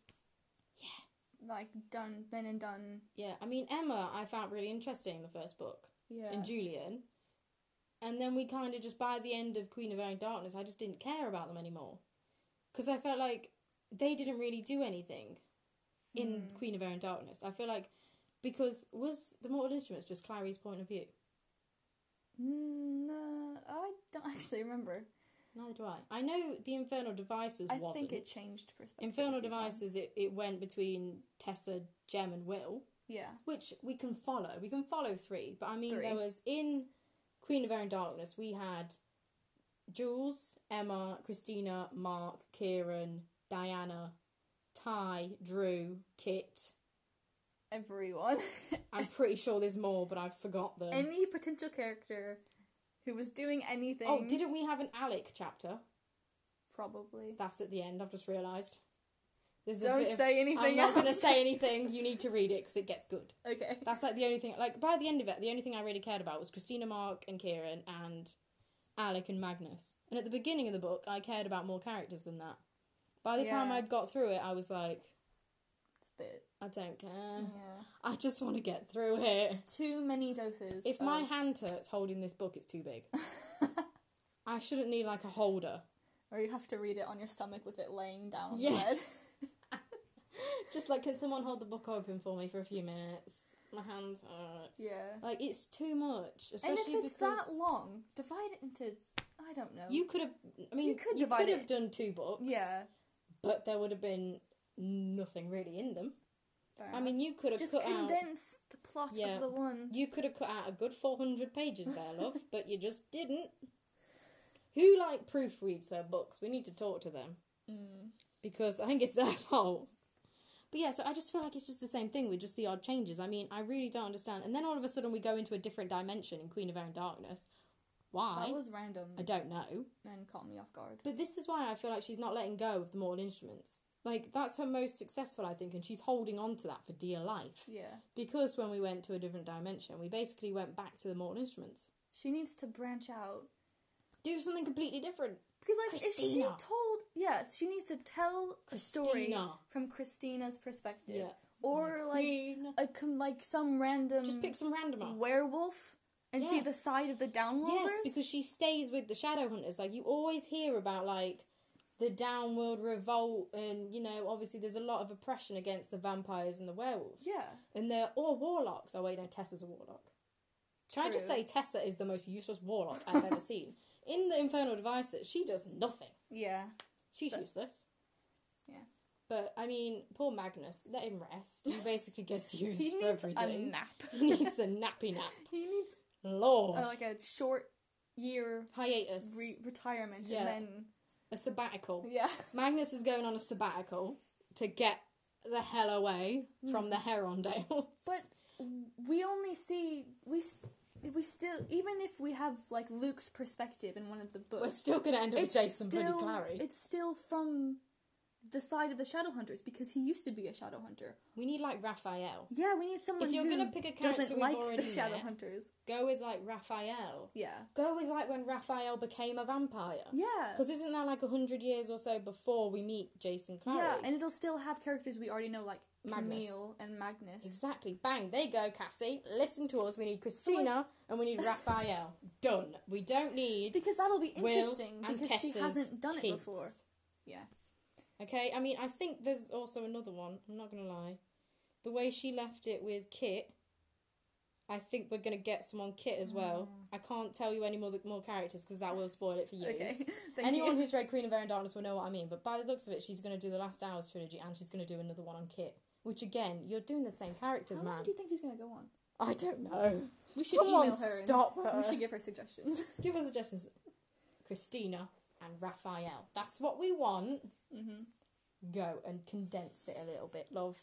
Speaker 2: yeah, like done been and done.
Speaker 1: yeah. I mean Emma, I found really interesting in the first book,
Speaker 2: Yeah.
Speaker 1: and Julian. And then we kind of just by the end of Queen of Iron Darkness, I just didn't care about them anymore. Because I felt like they didn't really do anything in
Speaker 2: Hmm.
Speaker 1: Queen of Iron Darkness. I feel like because was the Mortal Instruments just Clary's point of view?
Speaker 2: Mm, no, I don't actually remember.
Speaker 1: Neither do I. I know the Infernal Devices
Speaker 2: I
Speaker 1: wasn't.
Speaker 2: think it changed perspective. a
Speaker 1: Infernal
Speaker 2: few times.
Speaker 1: Devices it, it went between Tessa, Jem and Will.
Speaker 2: Yeah.
Speaker 1: which we can follow. We can follow three, but I mean, there
Speaker 2: Three.
Speaker 1: was in Queen of Air and Darkness, we had Jules, Emma, Christina, Mark, Kieran, Diana, Ty, Drew, Kit.
Speaker 2: Everyone.
Speaker 1: I'm pretty sure there's more, but I forgot them.
Speaker 2: Any potential character who was doing anything.
Speaker 1: oh, didn't we have an Alec chapter?
Speaker 2: Probably.
Speaker 1: That's at the end. I've just realised. There's
Speaker 2: Don't
Speaker 1: bit of-
Speaker 2: say anything
Speaker 1: I'm
Speaker 2: else.
Speaker 1: not going to say anything. You need to read it because it gets good.
Speaker 2: Okay.
Speaker 1: That's like the only thing. Like by the end of it, the only thing I really cared about was Christina, Mark, and Kieran, and Alec and Magnus. And at the beginning of the book, I cared about more characters than that. By the time
Speaker 2: Yeah.
Speaker 1: I got through it, I was like,
Speaker 2: It's a bit.
Speaker 1: I don't care.
Speaker 2: Yeah.
Speaker 1: I just want to get through it.
Speaker 2: Too many doses.
Speaker 1: If my
Speaker 2: of-
Speaker 1: hand hurts holding this book, it's too big. I shouldn't need like a holder.
Speaker 2: Or you have to read it on your stomach with it laying down on
Speaker 1: Yeah.
Speaker 2: the bed.
Speaker 1: Just like, can someone hold the book open for me for a few minutes? My hands are
Speaker 2: Yeah.
Speaker 1: like it's too much. Especially
Speaker 2: and if it's
Speaker 1: because
Speaker 2: that long, divide it into. I don't know.
Speaker 1: you could have. I mean, you
Speaker 2: could
Speaker 1: could,
Speaker 2: divide
Speaker 1: have
Speaker 2: it.
Speaker 1: done two books.
Speaker 2: Yeah.
Speaker 1: but there would have been nothing really in them.
Speaker 2: fair
Speaker 1: I
Speaker 2: enough.
Speaker 1: mean, you could have
Speaker 2: just
Speaker 1: cut out
Speaker 2: condense the plot
Speaker 1: Yeah.
Speaker 2: of the one.
Speaker 1: you could have cut out a good four hundred pages there, love, but you just didn't. Who like proofreads their books? We need to talk to them
Speaker 2: Mm.
Speaker 1: because I think it's their fault. But yeah, so I just feel like it's just the same thing with just the odd changes. I mean, I really don't understand. And then all of a sudden, we go into a different dimension in Queen of Iron Darkness. Why?
Speaker 2: That was random
Speaker 1: I don't know.
Speaker 2: and caught me off guard.
Speaker 1: But this is why I feel like she's not letting go of the mortal instruments. Like that's her most successful, I think, and she's holding on to that for dear life.
Speaker 2: Yeah.
Speaker 1: Because when we went to a different dimension, we basically went back to the mortal instruments.
Speaker 2: She needs to branch out.
Speaker 1: Do something completely different.
Speaker 2: Because, like, if she
Speaker 1: Christina.
Speaker 2: told. Yes, she needs to tell a story
Speaker 1: Christina.
Speaker 2: from Christina's perspective.
Speaker 1: Yeah.
Speaker 2: Or, like,
Speaker 1: Queen.
Speaker 2: a, com- like some random
Speaker 1: just pick some random up.
Speaker 2: werewolf and see the
Speaker 1: Yes.
Speaker 2: side of the downloaders.
Speaker 1: Yes, because she stays with the shadow hunters. Like you always hear about like the downworld revolt and you know, obviously there's a lot of oppression against the vampires and the werewolves.
Speaker 2: yeah.
Speaker 1: And they're all warlocks. Oh wait, no, Tessa's a warlock. Can I just
Speaker 2: True.
Speaker 1: say Tessa is the most useless warlock I've ever seen. In the Infernal Devices, she does nothing.
Speaker 2: Yeah.
Speaker 1: She's
Speaker 2: But-
Speaker 1: useless.
Speaker 2: Yeah.
Speaker 1: But I mean, poor Magnus, let him rest. He basically gets used
Speaker 2: He
Speaker 1: for
Speaker 2: needs a
Speaker 1: everything.
Speaker 2: nap.
Speaker 1: he needs a nappy nap.
Speaker 2: he needs
Speaker 1: Lord.
Speaker 2: uh, like a short year
Speaker 1: Hiatus.
Speaker 2: re- retirement
Speaker 1: Yeah.
Speaker 2: and then
Speaker 1: a sabbatical.
Speaker 2: yeah
Speaker 1: Magnus is going on a sabbatical to get the hell away
Speaker 2: Hmm.
Speaker 1: from the Herondale.
Speaker 2: but we only see we s- we still even if we have like luke's perspective in one of the books
Speaker 1: We're still going to end up with Jason Bloody Clary.
Speaker 2: it's still from the side of the shadow hunters because he used to be a shadow hunter
Speaker 1: We need like Raphael.
Speaker 2: yeah we need someone
Speaker 1: If you're
Speaker 2: who
Speaker 1: gonna pick a character
Speaker 2: doesn't
Speaker 1: we've
Speaker 2: like the
Speaker 1: already
Speaker 2: shadow
Speaker 1: met.
Speaker 2: hunters
Speaker 1: Go with like Raphael.
Speaker 2: yeah
Speaker 1: Go with like when Raphael became a vampire.
Speaker 2: yeah
Speaker 1: Because isn't that like a hundred years or so before we meet Jason Clary?
Speaker 2: yeah and it'll still have characters we already know like
Speaker 1: Magnus.
Speaker 2: Camille and magnus
Speaker 1: exactly. Bang. There you go, Cassie. Listen to us. We need Christina and we need Raphael. Done. We don't need
Speaker 2: because that'll be
Speaker 1: Will
Speaker 2: interesting
Speaker 1: and
Speaker 2: because
Speaker 1: Tessa's
Speaker 2: she hasn't done it
Speaker 1: kids.
Speaker 2: before yeah
Speaker 1: Okay. I mean, I think there's also another one. I'm not gonna lie. The way she left it with Kit, I think we're gonna get someone Kit as well.
Speaker 2: Mm.
Speaker 1: I can't tell you any more more characters because that will spoil it for you.
Speaker 2: okay Thank
Speaker 1: Anyone
Speaker 2: you.
Speaker 1: who's read Queen of Air and Darkness will know what I mean, but by the looks of it, she's going to do the Last Hours trilogy and she's going to do another one on Kit. Which, again, you're doing the same characters,
Speaker 2: How long
Speaker 1: man.
Speaker 2: do you think he's gonna go on?
Speaker 1: I don't know.
Speaker 2: We should
Speaker 1: Someone
Speaker 2: email her. and
Speaker 1: stop her.
Speaker 2: We should give her suggestions.
Speaker 1: Give us suggestions. Christina and Raphael. That's what we want.
Speaker 2: mm-hmm.
Speaker 1: Go and condense it a little bit, love.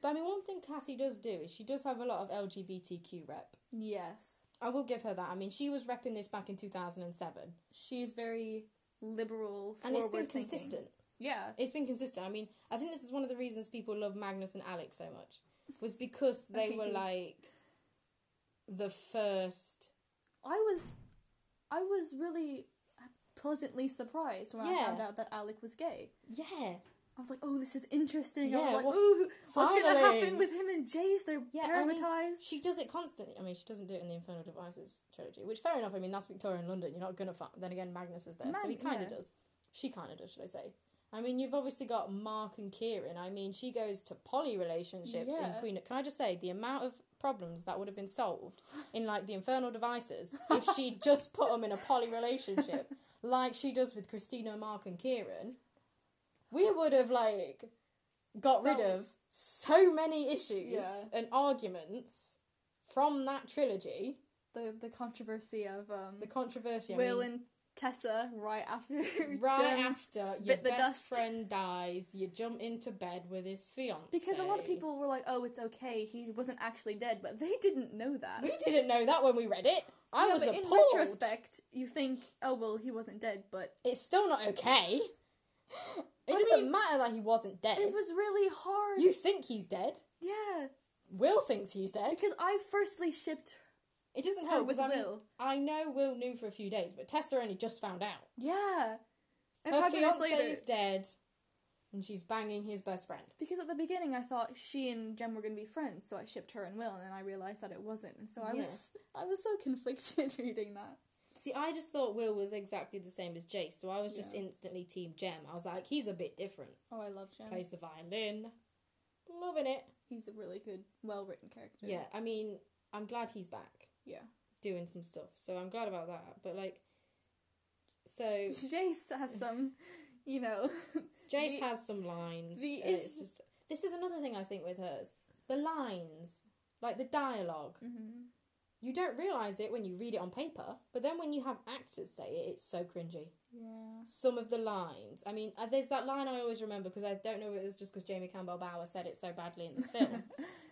Speaker 1: But I mean, one thing Cassie does do is she does have a lot of LGBTQ rep.
Speaker 2: Yes,
Speaker 1: I will give her that. I mean, she was repping this back in 2007,
Speaker 2: she's very liberal,
Speaker 1: and it's been
Speaker 2: forward thinking.
Speaker 1: consistent.
Speaker 2: Yeah,
Speaker 1: It's been consistent. I mean, I think this is one of the reasons people love Magnus and Alex so much was because they were
Speaker 2: TT.
Speaker 1: like the first.
Speaker 2: I was, I was really pleasantly surprised when I
Speaker 1: Yeah.
Speaker 2: found out that Alec was gay.
Speaker 1: Yeah,
Speaker 2: I was like, oh, this is interesting. I
Speaker 1: Yeah,
Speaker 2: was like,
Speaker 1: well,
Speaker 2: ooh, what's going to
Speaker 1: finally.
Speaker 2: happen with him and Jace? They're
Speaker 1: Yeah, I mean,
Speaker 2: traumatized.
Speaker 1: She does it constantly. I mean, she doesn't do it in the Infernal Devices trilogy, which fair enough. I mean, that's Victorian London. You're not gonna. Fa- then again, Magnus is there, so
Speaker 2: Mag-
Speaker 1: he kind
Speaker 2: yeah.
Speaker 1: of does. She kind of does, should I say? I mean, you've obviously got Mark and Kieran. I mean, she goes to poly relationships in
Speaker 2: Yeah.
Speaker 1: Queen. Can I just say the amount of problems that would have been solved in like the Infernal Devices if she just put them in a poly relationship, like she does with Christina, Mark, and Kieran? We would have like got rid
Speaker 2: That-
Speaker 1: of so many issues
Speaker 2: Yeah.
Speaker 1: and arguments from that trilogy.
Speaker 2: the the controversy of um
Speaker 1: The controversy. I
Speaker 2: Will
Speaker 1: mean,
Speaker 2: and Tessa right after
Speaker 1: right
Speaker 2: Jem.
Speaker 1: after your
Speaker 2: bit the
Speaker 1: best
Speaker 2: dust.
Speaker 1: friend dies, you jump into bed with his fiance.
Speaker 2: because a lot of people were like, "Oh, it's okay. He wasn't actually dead," but they didn't know that.
Speaker 1: we didn't know that when we read it. I
Speaker 2: yeah,
Speaker 1: was
Speaker 2: but
Speaker 1: appalled.
Speaker 2: in retrospect, you think, "Oh, well, he wasn't dead," but
Speaker 1: it's still not okay. It
Speaker 2: I
Speaker 1: doesn't
Speaker 2: mean,
Speaker 1: matter that he wasn't dead.
Speaker 2: it was really hard.
Speaker 1: you think he's dead.
Speaker 2: yeah,
Speaker 1: Will thinks he's dead.
Speaker 2: because I firstly shipped
Speaker 1: It doesn't
Speaker 2: her
Speaker 1: help
Speaker 2: Oh, with
Speaker 1: because I mean,
Speaker 2: Will.
Speaker 1: I know Will knew for a few days, but Tessa only just found out.
Speaker 2: Yeah, and
Speaker 1: Her
Speaker 2: five minutes
Speaker 1: fiance
Speaker 2: later,
Speaker 1: is dead, and she's banging his best friend.
Speaker 2: because at the beginning I thought she and Jem were gonna be friends, so I shipped her and Will, and then I realized that it wasn't, and so I was I was so conflicted reading that.
Speaker 1: See, I just thought Will was exactly the same as Jace, so I was just
Speaker 2: Yeah.
Speaker 1: instantly Team Gem. I was like, he's a bit different.
Speaker 2: Oh, I love Jem.
Speaker 1: Plays the violin, loving it.
Speaker 2: He's a really good, well written character.
Speaker 1: Yeah, I mean, I'm glad he's back
Speaker 2: Yeah.
Speaker 1: doing some stuff, so I'm glad about that. But like, so
Speaker 2: Jace has some, you know.
Speaker 1: Jace
Speaker 2: The-
Speaker 1: has some lines.
Speaker 2: the
Speaker 1: and it's
Speaker 2: issue-
Speaker 1: just this is another thing I think with hers. The lines, like the dialogue,
Speaker 2: Mhm.
Speaker 1: you don't realize it when you read it on paper, but then when you have actors say it, it's so cringy.
Speaker 2: Yeah.
Speaker 1: some of the lines. I mean, uh, there's that line I always remember because I don't know if it was just because Jamie Campbell Bower said it so badly in the film,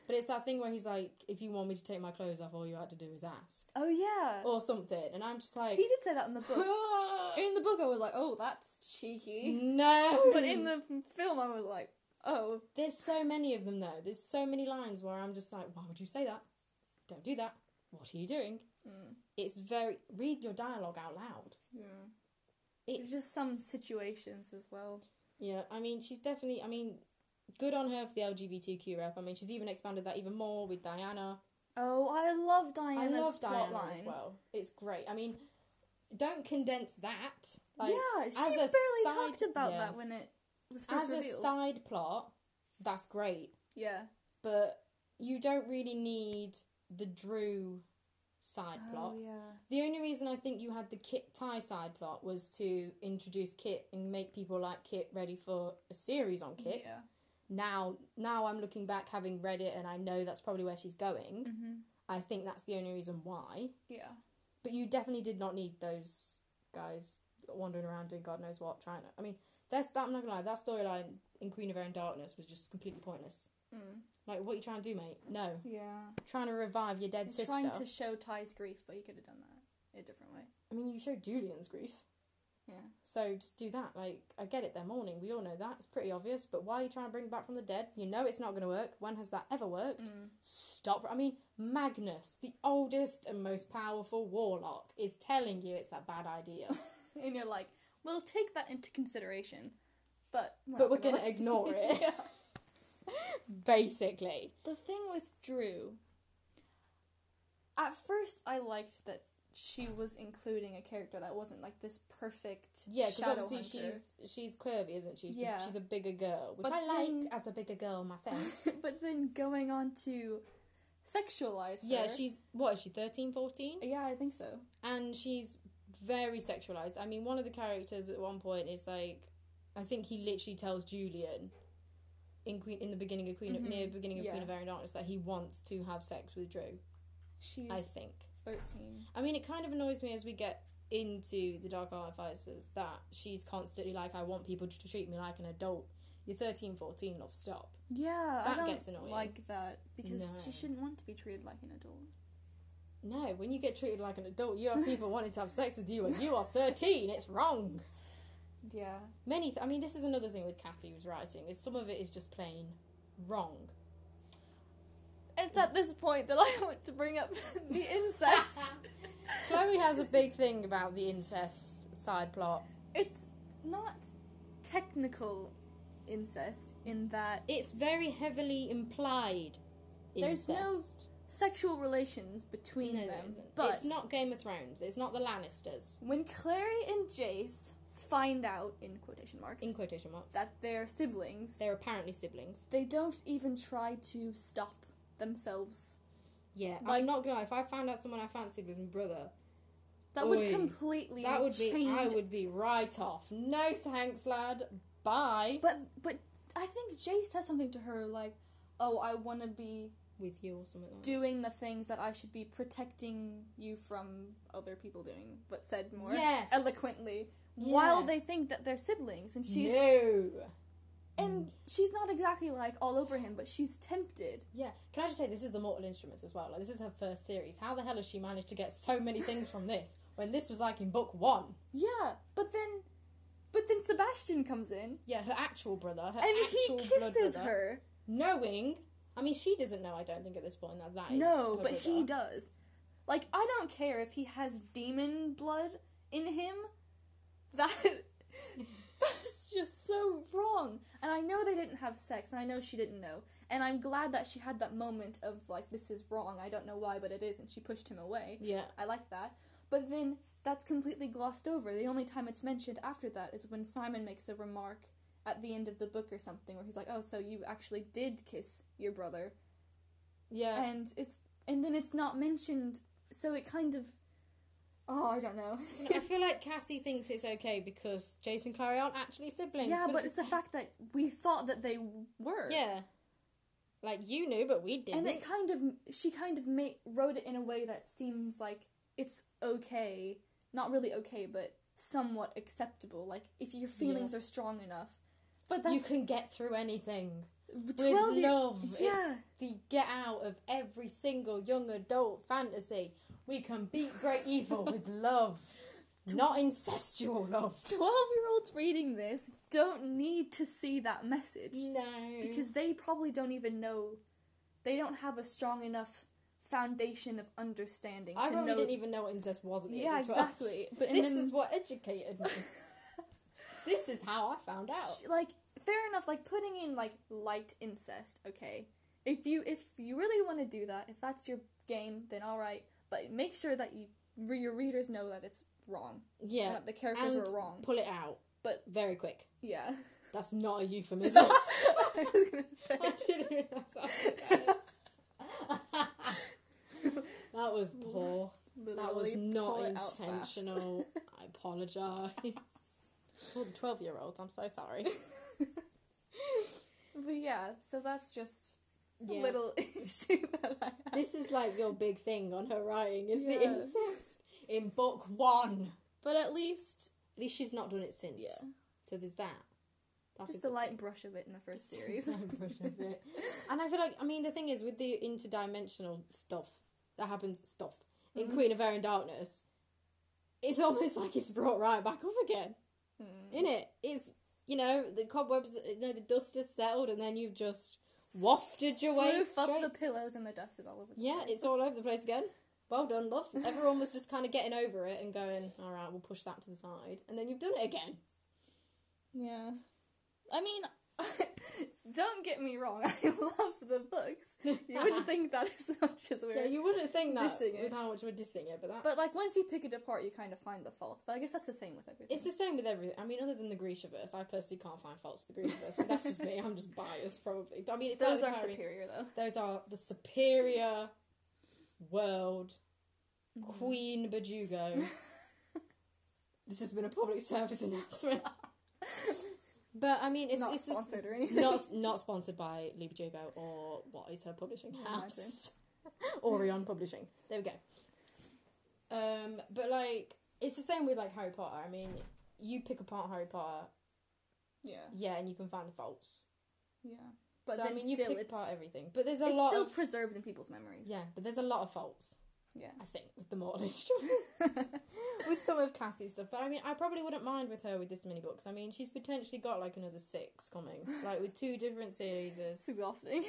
Speaker 1: but it's that thing where he's like, "If you want me to take my clothes off, all you had to do is ask,"
Speaker 2: Oh yeah.
Speaker 1: or something, and I'm just like,
Speaker 2: he did say that in the book. in the book, I was like, "Oh, that's cheeky,"
Speaker 1: "No."
Speaker 2: but in the film, I was like, "Oh,
Speaker 1: there's so many of them though. There's so many lines where I'm just like, "Why would you say that? Don't do that. What are you doing?"
Speaker 2: Mm.
Speaker 1: It's very read your dialogue out loud.
Speaker 2: yeah."
Speaker 1: It's
Speaker 2: It's just some situations as well.
Speaker 1: Yeah, I mean, she's definitely. I mean, good on her for the LGBTQ rep. I mean, she's even expanded that even more with Diana.
Speaker 2: Oh, I love
Speaker 1: I
Speaker 2: Diana's
Speaker 1: love Diana
Speaker 2: plot
Speaker 1: as
Speaker 2: line.
Speaker 1: well. It's great. I mean, don't condense that. Like,
Speaker 2: yeah,
Speaker 1: as
Speaker 2: she
Speaker 1: a
Speaker 2: barely
Speaker 1: side-
Speaker 2: talked about
Speaker 1: yeah.
Speaker 2: that when it was
Speaker 1: as
Speaker 2: first revealed.
Speaker 1: a side plot, that's great,
Speaker 2: yeah,
Speaker 1: but you don't really need the Drew side plot.
Speaker 2: oh yeah,
Speaker 1: The only reason I think you had the Kit Ty side plot was to introduce Kit and make people like Kit ready for a series on Kit.
Speaker 2: yeah.
Speaker 1: now now I'm looking back having read it and I know that's probably where she's going.
Speaker 2: Mm-hmm.
Speaker 1: I think that's the only reason why.
Speaker 2: yeah,
Speaker 1: But you definitely did not need those guys wandering around doing God knows what trying to I mean, that's that I'm not gonna lie, that storyline in Queen of Air and Darkness was just completely pointless.
Speaker 2: mm.
Speaker 1: Like what you trying to do, mate? No.
Speaker 2: yeah.
Speaker 1: Trying to revive your dead
Speaker 2: You're
Speaker 1: sister.
Speaker 2: trying to show Ty's grief, but you could have done that a different way.
Speaker 1: I mean you showed Julian's grief.
Speaker 2: Yeah.
Speaker 1: So just do that. Like I get it, they're mourning, we all know that. It's pretty obvious, but why are you trying to bring it back from the dead? You know it's not gonna work. When has that ever worked?
Speaker 2: Mm.
Speaker 1: Stop. I mean, Magnus, the oldest and most powerful warlock, is telling you it's a bad idea.
Speaker 2: And you're like, we'll take that into consideration, but we're
Speaker 1: But
Speaker 2: not
Speaker 1: we're gonna ignore it.
Speaker 2: Yeah.
Speaker 1: Basically.
Speaker 2: The thing with Drew, at first I liked that she was including a character that wasn't like this perfect
Speaker 1: Yeah, because
Speaker 2: shadow
Speaker 1: obviously
Speaker 2: hunter.
Speaker 1: she's she's curvy, isn't she? She's,
Speaker 2: Yeah.
Speaker 1: she's a bigger girl, which
Speaker 2: But
Speaker 1: I like
Speaker 2: then-
Speaker 1: as a bigger girl myself.
Speaker 2: but then going on to sexualize her.
Speaker 1: yeah, she's, what is she, 13, 14?
Speaker 2: Yeah, I think so.
Speaker 1: And she's very sexualized. I mean, one of the characters at one point is like, I think he literally tells Julian in Queen in the beginning of Queen of,
Speaker 2: Mhm.
Speaker 1: near beginning of
Speaker 2: Yeah.
Speaker 1: Queen of Air and Darkness that he wants to have sex with Drew.
Speaker 2: She's
Speaker 1: I think.
Speaker 2: thirteen.
Speaker 1: I mean, it kind of annoys me as we get into the Dark Art Fighters that she's constantly like, I want people to treat me like an adult. You're 13, 14, love, stop.
Speaker 2: Yeah, I
Speaker 1: That
Speaker 2: don't
Speaker 1: gets annoying.
Speaker 2: like that because she
Speaker 1: No.
Speaker 2: shouldn't want to be treated like an adult.
Speaker 1: No, when you get treated like an adult, you have people wanting to have sex with you and you are 13. It's wrong.
Speaker 2: Yeah.
Speaker 1: Many, th- I mean, this is another thing with Cassie who's writing, is some of it is just plain wrong.
Speaker 2: It's at this point that I want to bring up the incest.
Speaker 1: Chloe has a big thing about the incest side plot.
Speaker 2: it's not technical incest in that
Speaker 1: It's very heavily implied.
Speaker 2: There's no
Speaker 1: incest.
Speaker 2: sexual relations between
Speaker 1: No, there
Speaker 2: them.
Speaker 1: isn't.
Speaker 2: But
Speaker 1: it's not Game of Thrones. It's not the Lannisters.
Speaker 2: when Clary and Jace find out in quotation marks
Speaker 1: In quotation marks,
Speaker 2: that they're siblings,
Speaker 1: they're apparently siblings.
Speaker 2: they don't even try to stop themselves.
Speaker 1: Yeah,
Speaker 2: Like-
Speaker 1: I'm not gonna. lie, If I found out someone I fancied was my brother,
Speaker 2: That
Speaker 1: Oi.
Speaker 2: would completely
Speaker 1: that would be.
Speaker 2: change.
Speaker 1: I would be right off. No thanks, lad. Bye.
Speaker 2: But but I think Jace says something to her like, "Oh, I want to be
Speaker 1: With you or something like that.
Speaker 2: doing the things that I should be protecting you from other people doing," but said more
Speaker 1: Yes.
Speaker 2: eloquently while
Speaker 1: Yeah.
Speaker 2: they think that they're siblings, and she's
Speaker 1: no.
Speaker 2: and she's not exactly like all over him, but she's tempted.
Speaker 1: Yeah. Can I just say this is the Mortal Instruments as well? Like this is her first series. How the hell has she managed to get so many things from this when this was like in book one?
Speaker 2: Yeah, but then, but then Sebastian comes in
Speaker 1: Yeah, her actual brother. Her
Speaker 2: and he
Speaker 1: actual blood
Speaker 2: kisses
Speaker 1: brother,
Speaker 2: her.
Speaker 1: knowing. I mean, she doesn't know. I don't think at this point that that is.
Speaker 2: No,
Speaker 1: her
Speaker 2: but he
Speaker 1: brother.
Speaker 2: does. Like I don't care if he has demon blood in him. That that's just so wrong. And I know they didn't have sex, and I know she didn't know. And I'm glad that she had that moment of like, this is wrong. I don't know why, but it is, and she pushed him away.
Speaker 1: Yeah.
Speaker 2: I like that. But then that's completely glossed over. The only time it's mentioned after that is when Simon makes a remark at the end of the book or something where he's like, "Oh, so you actually did kiss your brother."
Speaker 1: Yeah.
Speaker 2: And it's and then it's not mentioned. So it kind of Oh, I don't know.
Speaker 1: I feel like Cassie thinks it's okay because Jason and Clary aren't actually siblings.
Speaker 2: yeah, but
Speaker 1: at
Speaker 2: it's the fact that we thought that they were.
Speaker 1: Yeah. Like you knew, but we didn't.
Speaker 2: And it kind of she kind of made wrote it in a way that seems like it's okay, not really okay, but somewhat acceptable. Like if your feelings are strong enough, but that's
Speaker 1: you can get through anything with
Speaker 2: 12 year-
Speaker 1: love. It's
Speaker 2: Yeah,
Speaker 1: the get out of every single young adult fantasy. We can beat great evil with love, not incestual love.
Speaker 2: twelve year olds reading this don't need to see that message
Speaker 1: No,
Speaker 2: because they probably don't even know. They don't have a strong enough foundation of understanding
Speaker 1: I
Speaker 2: to
Speaker 1: probably
Speaker 2: know.
Speaker 1: didn't even know what incest was at the
Speaker 2: yeah,
Speaker 1: age of 12.
Speaker 2: exactly. But and
Speaker 1: This
Speaker 2: then
Speaker 1: is what educated me. this is how I found out.
Speaker 2: sh- like fair enough like putting in like light incest okay if you if you really want to do that if that's your game then all right but make sure that you re- your readers know that it's wrong and
Speaker 1: Yeah,
Speaker 2: that the characters
Speaker 1: And-
Speaker 2: were wrong
Speaker 1: pull it out,
Speaker 2: But-
Speaker 1: very quick.
Speaker 2: yeah
Speaker 1: That's not a euphemism.
Speaker 2: I was gonna say.
Speaker 1: I didn't even- that's what I said. That was poor. That was
Speaker 2: Literally
Speaker 1: not
Speaker 2: pull it out fast.
Speaker 1: intentional. I apologise. For the 12 year olds, I'm so sorry.
Speaker 2: but yeah so that's just
Speaker 1: Yeah.
Speaker 2: a little issue that i have
Speaker 1: This is like your big thing on her writing, is the
Speaker 2: Yeah.
Speaker 1: incest in book one.
Speaker 2: but at least
Speaker 1: At least she's not done it since.
Speaker 2: yeah
Speaker 1: So there's that. That's
Speaker 2: just
Speaker 1: a
Speaker 2: a
Speaker 1: good
Speaker 2: light
Speaker 1: thing.
Speaker 2: brush of it in the first
Speaker 1: Just a
Speaker 2: series
Speaker 1: light brush of it. And I feel like, I mean, the thing is with the interdimensional stuff that happens, stuff in
Speaker 2: Mhm.
Speaker 1: Queen of Air and Darkness, it's almost like it's brought right back up again,
Speaker 2: Hmm.
Speaker 1: in it? It's you know the cobwebs, you know the dust has settled, and then you've just wafted your way
Speaker 2: Floof up
Speaker 1: straight.
Speaker 2: the pillows and the dust is all over the
Speaker 1: Yeah,
Speaker 2: place.
Speaker 1: it's all over the place again. Well done, love. Everyone was just kind of getting over it and going, all right, we'll push that to the side, and then you've done it again.
Speaker 2: Yeah. I mean, don't get me wrong, I love the books. You wouldn't think that as much as we're.
Speaker 1: Yeah, you wouldn't think that
Speaker 2: Dissing it.
Speaker 1: with how much we're dissing it, but that's
Speaker 2: But like once you pick it apart, you kind of find the faults. But I guess that's the same with everything.
Speaker 1: It's the same with everything. I mean, other than the Grishaverse, I personally can't find faults with the Grishaverse. But that's just me. I'm just biased, probably. But I mean, it's
Speaker 2: Those
Speaker 1: like
Speaker 2: are
Speaker 1: with Harry-
Speaker 2: superior though.
Speaker 1: Those are the superior world
Speaker 2: Mm-hmm.
Speaker 1: Queen Bajugo. this has been a public service announcement. But I mean, it's
Speaker 2: not
Speaker 1: it's the-
Speaker 2: sponsored or anything.
Speaker 1: not not sponsored by Lee Bajugo or what is her publishing
Speaker 2: Yeah,
Speaker 1: house? Orion Publishing. There we go. Um, but like it's the same with like Harry Potter. I mean, you pick apart Harry Potter,
Speaker 2: Yeah.
Speaker 1: yeah, and you can find the faults.
Speaker 2: Yeah.
Speaker 1: But
Speaker 2: But
Speaker 1: so
Speaker 2: then
Speaker 1: I mean, you
Speaker 2: still,
Speaker 1: pick
Speaker 2: it's,
Speaker 1: apart everything. But there's a
Speaker 2: it's
Speaker 1: lot.
Speaker 2: still
Speaker 1: of,
Speaker 2: preserved in people's memories.
Speaker 1: yeah, but there's a lot of faults.
Speaker 2: Yeah.
Speaker 1: I think with the mortal instruments, with some of Cassie's stuff. But I mean, I probably wouldn't mind with her with this many books. I mean, she's potentially got like another six coming, like with two different series.
Speaker 2: It's exhausting.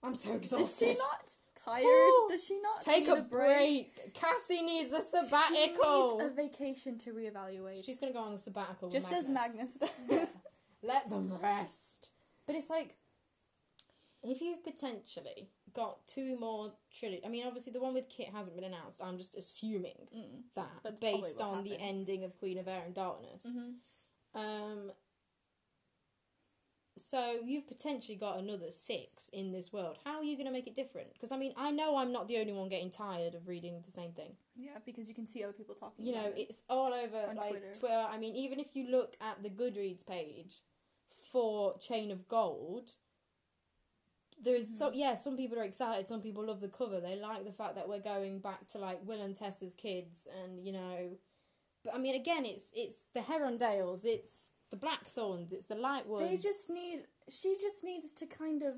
Speaker 1: I'm so
Speaker 2: Is
Speaker 1: exhausted.
Speaker 2: she not tired?
Speaker 1: Ooh.
Speaker 2: Does she not
Speaker 1: Take
Speaker 2: need
Speaker 1: a break. Cassie needs a
Speaker 2: She needs
Speaker 1: sabbatical.
Speaker 2: a vacation to reevaluate.
Speaker 1: She's gonna go on the sabbatical. with
Speaker 2: just as Magnus does.
Speaker 1: Let them rest. But it's like, if you've potentially got two more trilogy, I mean, obviously the one with Kit hasn't been announced. I'm just assuming
Speaker 2: Mm.
Speaker 1: that
Speaker 2: But probably
Speaker 1: based
Speaker 2: will
Speaker 1: on the
Speaker 2: happen.
Speaker 1: ending of Queen of Air and Darkness.
Speaker 2: Mm-hmm.
Speaker 1: Um, so you've potentially got another six in this world. How are you going to make it different? Because I mean, I know I'm not the only one getting tired of reading the same thing.
Speaker 2: Yeah, because you can see other people talking.
Speaker 1: You know,
Speaker 2: about it.
Speaker 1: it's all over
Speaker 2: On
Speaker 1: like Twitter.
Speaker 2: Twitter.
Speaker 1: I mean, even if you look at the Goodreads page for Chain of Gold, there is so
Speaker 2: Mm-hmm.
Speaker 1: yeah. Some people are excited. Some people love the cover. They like the fact that we're going back to like Will and Tessa's kids, and you know, but I mean, again, it's it's the Herondales, it's the Blackthorns, it's the Lightwoods.
Speaker 2: they just need. She just needs to kind of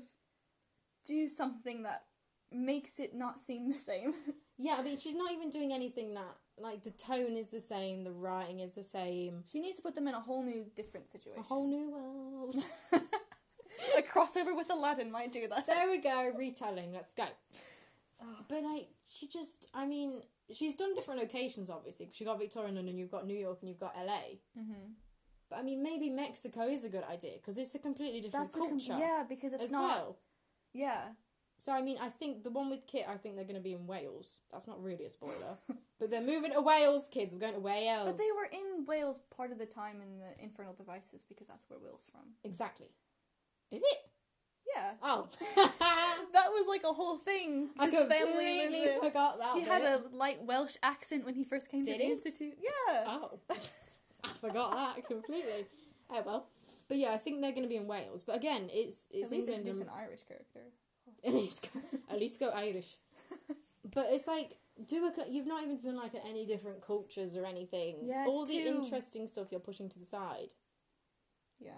Speaker 2: do something that makes it not seem the same.
Speaker 1: Yeah, I mean, she's not even doing anything that like the tone is the same, the writing is the same.
Speaker 2: she needs to put them in a whole new, different situation.
Speaker 1: A whole new world.
Speaker 2: a crossover with Aladdin might do that.
Speaker 1: There we go, retelling. Let's go.
Speaker 2: Oh.
Speaker 1: But like, she just, I mean, she's done different locations, obviously. 'cause you got Victoria and London, you've got New York, and you've got LA.
Speaker 2: Mm-hmm.
Speaker 1: But I mean, maybe Mexico is a good idea because it's a completely different
Speaker 2: That's a com-
Speaker 1: culture
Speaker 2: yeah, because it's
Speaker 1: as
Speaker 2: not.
Speaker 1: well.
Speaker 2: Yeah,
Speaker 1: So I mean, I think the one with Kit, I think they're going to be in Wales. That's not really a spoiler, but they're moving to Wales, kids. We're going to Wales.
Speaker 2: but they were in Wales part of the time in the Infernal Devices because that's where Will's from.
Speaker 1: exactly. Is it?
Speaker 2: Yeah,
Speaker 1: Oh,
Speaker 2: that was like a whole thing.
Speaker 1: I
Speaker 2: His family
Speaker 1: completely
Speaker 2: lived there.
Speaker 1: forgot that.
Speaker 2: He had
Speaker 1: bit.
Speaker 2: a light Welsh accent when he first came
Speaker 1: Did
Speaker 2: to the
Speaker 1: he?
Speaker 2: institute. Yeah.
Speaker 1: Oh, I forgot that completely. Oh well, but yeah, I think they're going to be in Wales. But again, it's it's
Speaker 2: At least
Speaker 1: England.
Speaker 2: introduced
Speaker 1: And,
Speaker 2: an Irish character.
Speaker 1: at least go, at least go Irish. But it's like do a co- you've not even done like any different cultures or anything.
Speaker 2: Yeah,
Speaker 1: all
Speaker 2: it's
Speaker 1: the
Speaker 2: too-
Speaker 1: interesting stuff you're pushing to the side.
Speaker 2: Yeah.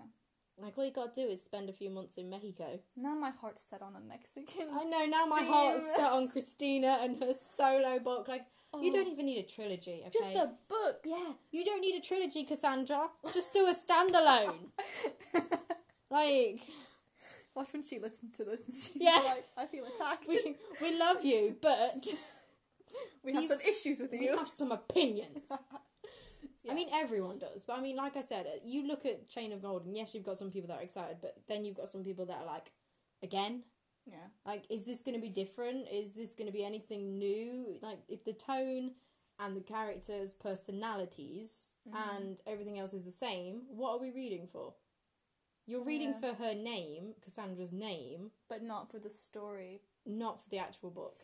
Speaker 1: Like all you gotta do is spend a few months in Mexico.
Speaker 2: Now my heart's set on a Mexican.
Speaker 1: I know now my heart's
Speaker 2: Theme.
Speaker 1: set on Christina and her solo book. Like you
Speaker 2: Oh.
Speaker 1: don't even need a trilogy. Okay?
Speaker 2: Just a book.
Speaker 1: yeah. You don't need a trilogy, Cassandra. Just do a standalone. like
Speaker 2: Watch when she listens to this and she's
Speaker 1: Yeah.
Speaker 2: like, I feel attacked.
Speaker 1: we, we love you, but
Speaker 2: We have
Speaker 1: These-
Speaker 2: some issues with
Speaker 1: we
Speaker 2: you.
Speaker 1: have some opinions.
Speaker 2: Yeah.
Speaker 1: I mean, everyone does, but I mean, like I said, uh, you look at Chain of Gold, and yes, you've got some people that are excited, but then you've got some people that are like, again,
Speaker 2: Yeah.
Speaker 1: like, is this going to be different? Is this going to be anything new? Like, if the tone and the characters' personalities
Speaker 2: Mm-hmm.
Speaker 1: and everything else is the same, what are we reading for? You're reading
Speaker 2: Yeah.
Speaker 1: for her name, Cassandra's name,
Speaker 2: But not for the story.
Speaker 1: not for the actual book.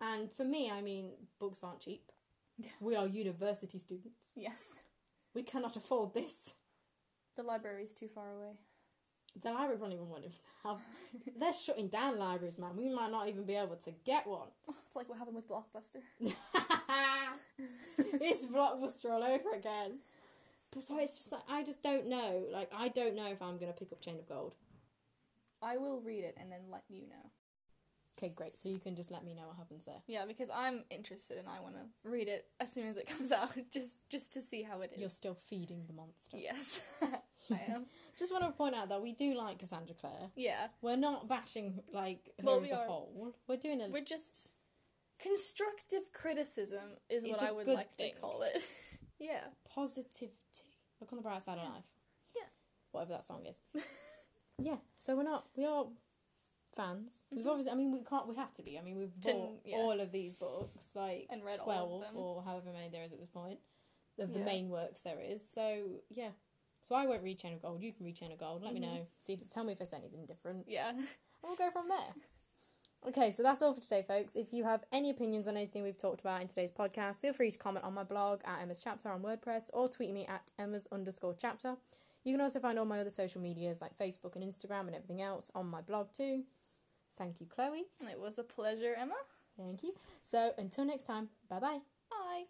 Speaker 1: And for me, I mean, books aren't cheap.
Speaker 2: Yeah.
Speaker 1: We are university students.
Speaker 2: Yes.
Speaker 1: We cannot afford this.
Speaker 2: The library's too far away.
Speaker 1: The library probably won't even have. They're shutting down libraries, man. We might not even be able to get one.
Speaker 2: It's like what happened with Blockbuster.
Speaker 1: it's blockbuster all over again. But so it's just like I just don't know. Like I don't know if I'm gonna pick up Chain of Gold.
Speaker 2: I will read it and then let you know.
Speaker 1: Okay, great. So you can just let me know what happens there.
Speaker 2: Yeah, because I'm interested and I want to read it as soon as it comes out, just just to see how it
Speaker 1: You're
Speaker 2: is.
Speaker 1: still feeding the monster.
Speaker 2: yes, I am.
Speaker 1: Just want to point out that we do like Cassandra Clare.
Speaker 2: Yeah,
Speaker 1: We're not bashing like her
Speaker 2: Well,
Speaker 1: as
Speaker 2: we
Speaker 1: a
Speaker 2: are.
Speaker 1: whole. We're doing a
Speaker 2: we're just constructive criticism is
Speaker 1: It's
Speaker 2: what
Speaker 1: a
Speaker 2: I would
Speaker 1: good
Speaker 2: like
Speaker 1: thing.
Speaker 2: to call it. yeah,
Speaker 1: positivity. Look on the bright side of life.
Speaker 2: Yeah.
Speaker 1: Whatever that song is. yeah. So we're not. We are fans. We've obviously. I mean, we can't. We have to be. I mean, we've
Speaker 2: Mm-hmm. To-
Speaker 1: bought
Speaker 2: yeah.
Speaker 1: all of these books, like
Speaker 2: And read all
Speaker 1: twelve
Speaker 2: of them.
Speaker 1: or however many there is at this point of the
Speaker 2: Yeah.
Speaker 1: main works there is. So yeah. So I won't read Chain of Gold. You can read Chain of Gold. Let
Speaker 2: Mm-hmm.
Speaker 1: me know. See if tell me if it's anything different
Speaker 2: yeah.
Speaker 1: and we'll go from there. Okay, so that's all for today, folks. If you have any opinions on anything we've talked about in today's podcast, feel free to comment on my blog at Emma's Chapter on WordPress or tweet me at Emma's underscore chapter. You can also find all my other social medias like Facebook and Instagram and everything else on my blog too. Thank you, Chloe.
Speaker 2: It was a pleasure, Emma.
Speaker 1: Thank you. So until next time, bye bye.
Speaker 2: Bye.